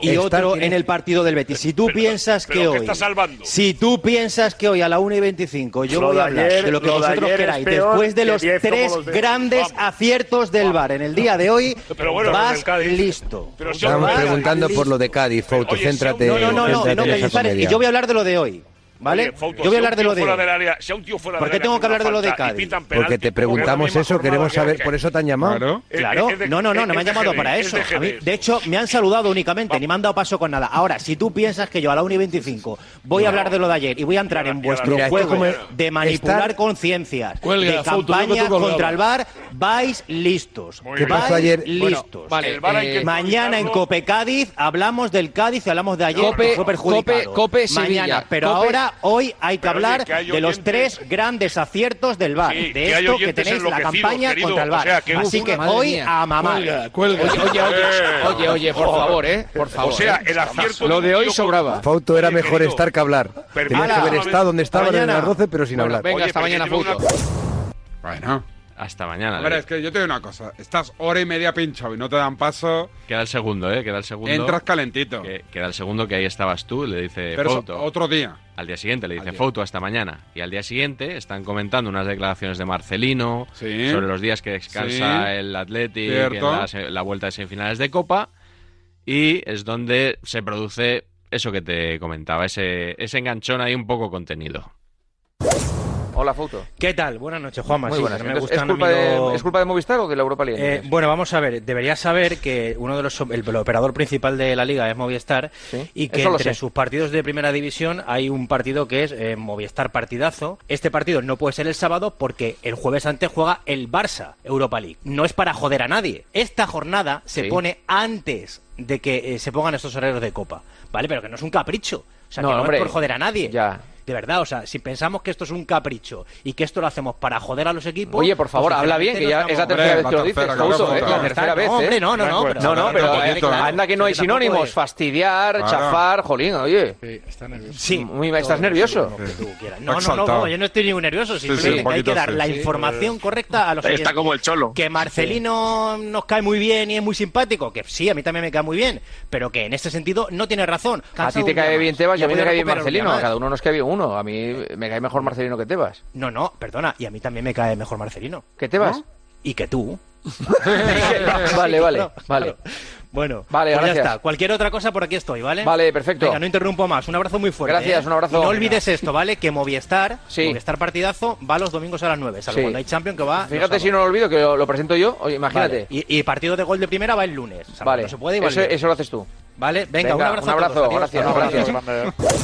Speaker 9: y otro en el partido del Betis. Si tú piensas
Speaker 35: pero
Speaker 9: que
Speaker 35: ¿qué
Speaker 9: hoy.
Speaker 35: está salvando?
Speaker 9: Si tú piensas que hoy a la 1 y 25 yo Lo voy de a hablar ayer- de lo que lo de vosotros ayer es queráis, peor después de que los 10 como tres los de- grandes aciertos del VAR en el día de hoy, Pero bueno, los vas del Cádiz. listo. Pero si
Speaker 12: Estábamos
Speaker 9: os va-
Speaker 12: preguntando por lo de Cádiz, Fouto, céntrate.
Speaker 9: No, no, no, no, no,
Speaker 12: céntrate en esa
Speaker 9: pensar,
Speaker 12: comedia.
Speaker 9: y yo voy a hablar de lo de hoy, ¿vale? yo voy a hablar de lo de
Speaker 35: fuera
Speaker 9: hoy.
Speaker 35: del área, si a un tío fuera
Speaker 9: ¿Por
Speaker 35: del
Speaker 9: qué
Speaker 35: área
Speaker 9: tengo
Speaker 35: hace
Speaker 9: que
Speaker 35: una
Speaker 9: hablar de lo de
Speaker 35: falta y
Speaker 9: Cádiz?
Speaker 35: pitan penalti,
Speaker 12: Porque te preguntamos eso, queremos saber, por eso te han llamado.
Speaker 9: Claro,
Speaker 12: es de-
Speaker 9: no, no, no,
Speaker 12: es-
Speaker 9: no me han
Speaker 12: es de
Speaker 9: llamado
Speaker 12: GD,
Speaker 9: para
Speaker 12: es
Speaker 9: eso.
Speaker 12: de
Speaker 9: A mí-
Speaker 12: GD.
Speaker 9: de hecho, me han saludado únicamente, ni me han dado paso con nada. Ahora, si tú piensas que yo a la 1 y 25 voy a hablar de lo de ayer y voy a entrar en vuestro
Speaker 12: Mira, esto
Speaker 9: juego
Speaker 12: como-
Speaker 9: de manipular
Speaker 12: estar-
Speaker 9: conciencias,
Speaker 12: Cuelga,
Speaker 9: de
Speaker 12: Fouto, yo que
Speaker 9: campaña
Speaker 12: tú colgabas.
Speaker 9: contra el VAR, vais listos.
Speaker 12: ¿Qué
Speaker 9: vais
Speaker 12: pasó ayer?
Speaker 9: Listos.
Speaker 12: Bueno,
Speaker 9: vale,
Speaker 12: el VAR hay que
Speaker 9: mañana en Cope Cádiz hablamos del Cádiz y hablamos de ayer
Speaker 12: Cope-
Speaker 9: que fue perjudicado.
Speaker 12: Cope- Cope
Speaker 9: mañana,
Speaker 12: Sevilla.
Speaker 9: pero
Speaker 12: Cope-
Speaker 9: ahora Ahora, hoy hay que
Speaker 24: Pero, oye,
Speaker 9: hablar
Speaker 24: que hay
Speaker 9: de los
Speaker 24: oyentes-
Speaker 9: tres grandes aciertos del bar.
Speaker 24: Sí,
Speaker 9: de
Speaker 24: que hay
Speaker 9: esto que
Speaker 24: oyentes
Speaker 9: tenéis la
Speaker 24: enloquecidos,
Speaker 9: campaña
Speaker 24: querido.
Speaker 9: contra el
Speaker 24: O
Speaker 9: bar.
Speaker 24: sea, que
Speaker 9: Así
Speaker 24: uf,
Speaker 9: que
Speaker 24: madre
Speaker 9: hoy
Speaker 24: mía.
Speaker 9: a mamar.
Speaker 24: Cuelga, cuelga.
Speaker 9: Oye, oye, oye,
Speaker 24: Eh.
Speaker 9: oye, oye, por favor, ¿eh?
Speaker 24: O
Speaker 9: Por favor.
Speaker 24: sea,
Speaker 9: ¿eh?
Speaker 24: el acierto
Speaker 9: Lo
Speaker 24: de
Speaker 9: de
Speaker 24: un
Speaker 9: hoy
Speaker 24: tío
Speaker 9: sobraba.
Speaker 54: Fauto era mejor estar que hablar. Tenía que
Speaker 9: Ala.
Speaker 54: haber estado donde estaban en
Speaker 9: Mañana.
Speaker 54: las 12, pero sin
Speaker 9: Bueno,
Speaker 54: hablar.
Speaker 9: venga, hasta mañana, Fauto.
Speaker 5: Bueno.
Speaker 4: Hasta mañana.
Speaker 5: A ver,
Speaker 4: Leo.
Speaker 5: es que yo te digo una cosa. Estás hora y media pinchado y no te dan paso.
Speaker 4: Queda el segundo, ¿eh? Queda el segundo.
Speaker 5: Entras calentito.
Speaker 4: Que- queda el segundo que ahí estabas tú, le dice
Speaker 5: Pero eso,
Speaker 4: Fouto.
Speaker 5: otro día.
Speaker 4: Al día siguiente le dice Foto hasta mañana. Y al día siguiente están comentando unas declaraciones de Marcelino sobre los días que descansa
Speaker 5: Sí.
Speaker 4: el Athletic en
Speaker 5: Cierto.
Speaker 4: la, se- la vuelta de semifinales de Copa. Y es donde se produce eso que te comentaba, ese, ese enganchón ahí un poco contenido.
Speaker 7: Hola, foto.
Speaker 9: ¿Qué tal? Buenas noches, Juanma.
Speaker 7: Muy
Speaker 9: Sí,
Speaker 7: buenas.
Speaker 9: que me
Speaker 7: Entonces, ¿es,
Speaker 9: gustan a mí
Speaker 7: culpa de,
Speaker 9: los-
Speaker 7: ¿Es culpa de Movistar o de la Europa League?
Speaker 9: Eh, bueno, vamos a ver. Deberías saber que uno de los el, el operador principal de la liga es Movistar y que
Speaker 7: eso lo sé.
Speaker 9: entre sus partidos de primera división hay un partido que es eh, Movistar partidazo. Este partido no puede ser el sábado porque el jueves antes juega el Barça Europa League. No es para joder a nadie. Esta jornada se
Speaker 7: Sí.
Speaker 9: pone antes de que eh, se pongan estos horarios de copa, ¿vale? Pero que no es un capricho. O sea,
Speaker 7: No,
Speaker 9: que no
Speaker 7: hombre.
Speaker 9: es por joder a nadie.
Speaker 7: Ya.
Speaker 9: De verdad, o sea, si pensamos que esto es un capricho y que esto lo hacemos para joder a los equipos.
Speaker 7: Oye, por favor,
Speaker 9: pues,
Speaker 7: habla bien, que ya
Speaker 9: sinceramente,
Speaker 7: es la
Speaker 9: no
Speaker 7: tercera vez
Speaker 9: estamos-
Speaker 7: que lo dices, Couso, ¿eh? La tercera vez,
Speaker 9: No,
Speaker 7: ¿eh?
Speaker 9: hombre, no, no, no.
Speaker 7: No, no, pero eh,
Speaker 9: claro,
Speaker 7: anda que no hay
Speaker 9: que tampoco
Speaker 7: sinónimos.
Speaker 9: es-
Speaker 7: Fastidiar,
Speaker 9: Claro.
Speaker 7: chafar, jolín, oye.
Speaker 9: Sí.
Speaker 7: Muy, ¿Estás nervioso?
Speaker 9: No, no, no, no, yo no estoy ni nervioso,
Speaker 7: Sí, sí,
Speaker 9: simplemente
Speaker 7: un
Speaker 9: que hay que
Speaker 7: poquito
Speaker 9: dar
Speaker 7: sí.
Speaker 9: la
Speaker 7: Sí,
Speaker 9: información correcta a los oyentes.
Speaker 7: como el cholo.
Speaker 9: Que Marcelino nos cae muy bien y es muy simpático, que sí, a mí también me cae muy bien, pero que en este sentido no tiene razón.
Speaker 7: A
Speaker 9: Cansado
Speaker 7: ti te
Speaker 9: un día
Speaker 7: cae
Speaker 9: más.
Speaker 7: bien Tebas y
Speaker 9: Ya
Speaker 7: a mí
Speaker 9: voy
Speaker 7: me cae bien
Speaker 9: recuperar un día
Speaker 7: Marcelino. A
Speaker 9: más.
Speaker 7: cada uno nos cae bien uno. A mí me cae mejor Marcelino que Tebas.
Speaker 9: No, no, perdona, y a mí también me cae mejor Marcelino.
Speaker 7: ¿Que Tebas?
Speaker 9: Y que tú.
Speaker 7: Vale, vale,
Speaker 9: Claro,
Speaker 7: vale.
Speaker 9: Bueno,
Speaker 7: Vale,
Speaker 9: pues ya
Speaker 7: gracias.
Speaker 9: está. Cualquier otra cosa por aquí estoy, ¿vale?
Speaker 7: Vale, perfecto.
Speaker 9: Venga, no interrumpo más. Un abrazo muy fuerte.
Speaker 7: Gracias,
Speaker 9: ¿eh?
Speaker 7: un abrazo.
Speaker 9: Y no olvides esto, ¿vale? Que Movistar,
Speaker 7: Sí.
Speaker 9: Movistar partidazo, va los domingos a las 9, salvo
Speaker 7: Sí.
Speaker 9: cuando hay Champions que va. los
Speaker 7: Fíjate
Speaker 9: sábados.
Speaker 7: si no lo olvido, que lo, lo presento yo. Oye,
Speaker 9: Vale.
Speaker 7: imagínate.
Speaker 9: Y, y partido de gol de primera va el lunes. salvo
Speaker 7: Vale,
Speaker 9: cuando se puede y va el
Speaker 7: eso,
Speaker 9: lunes.
Speaker 7: eso lo haces tú.
Speaker 9: Vale, venga, un abrazo. a todos, adiós.
Speaker 7: gracias,
Speaker 9: Hasta luego.
Speaker 7: gracias.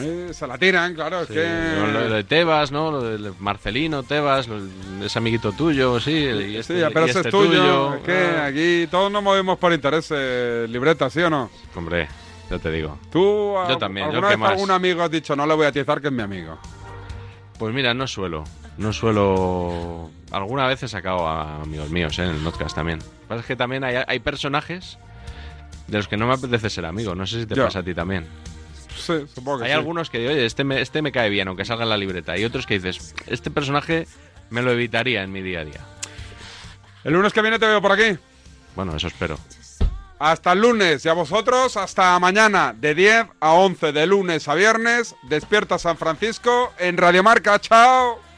Speaker 5: Eh, se la tiran, claro. Es
Speaker 4: Lo, lo
Speaker 5: que.
Speaker 4: de Tebas, ¿no? Lo de Marcelino, Tebas, lo- ese amiguito tuyo, sí. Y este,
Speaker 5: Sí, pero
Speaker 4: y
Speaker 5: ese
Speaker 4: este
Speaker 5: es tuyo.
Speaker 4: tuyo.
Speaker 5: Es que
Speaker 4: Ah,
Speaker 5: aquí todos nos movemos por intereses, libreta, ¿sí o no?
Speaker 4: hombre, yo te digo.
Speaker 5: Tú, ah,
Speaker 4: Yo también, yo
Speaker 5: ¿alguna
Speaker 4: qué
Speaker 5: vez
Speaker 4: más.
Speaker 5: algún amigo has dicho, no le voy a atizar que es mi amigo?
Speaker 4: Pues mira, no suelo. No suelo. Alguna vez he sacado a amigos míos ¿eh? en el podcast también. Lo que pasa es que también hay, hay personajes de los que no me apetece ser amigo. No sé si te
Speaker 5: Ya.
Speaker 4: pasa a ti también.
Speaker 5: Sí, supongo que
Speaker 4: Hay
Speaker 5: sí.
Speaker 4: algunos que digo, oye, este me, este me cae bien, aunque salga en la libreta. Y otros que dices, este personaje me lo evitaría en mi día a día.
Speaker 5: El lunes que viene te veo por aquí.
Speaker 4: Bueno, eso espero.
Speaker 5: Hasta el lunes y a vosotros hasta mañana de 10 a 11 de lunes a viernes. Despierta San Francisco en Radiomarca. Chao.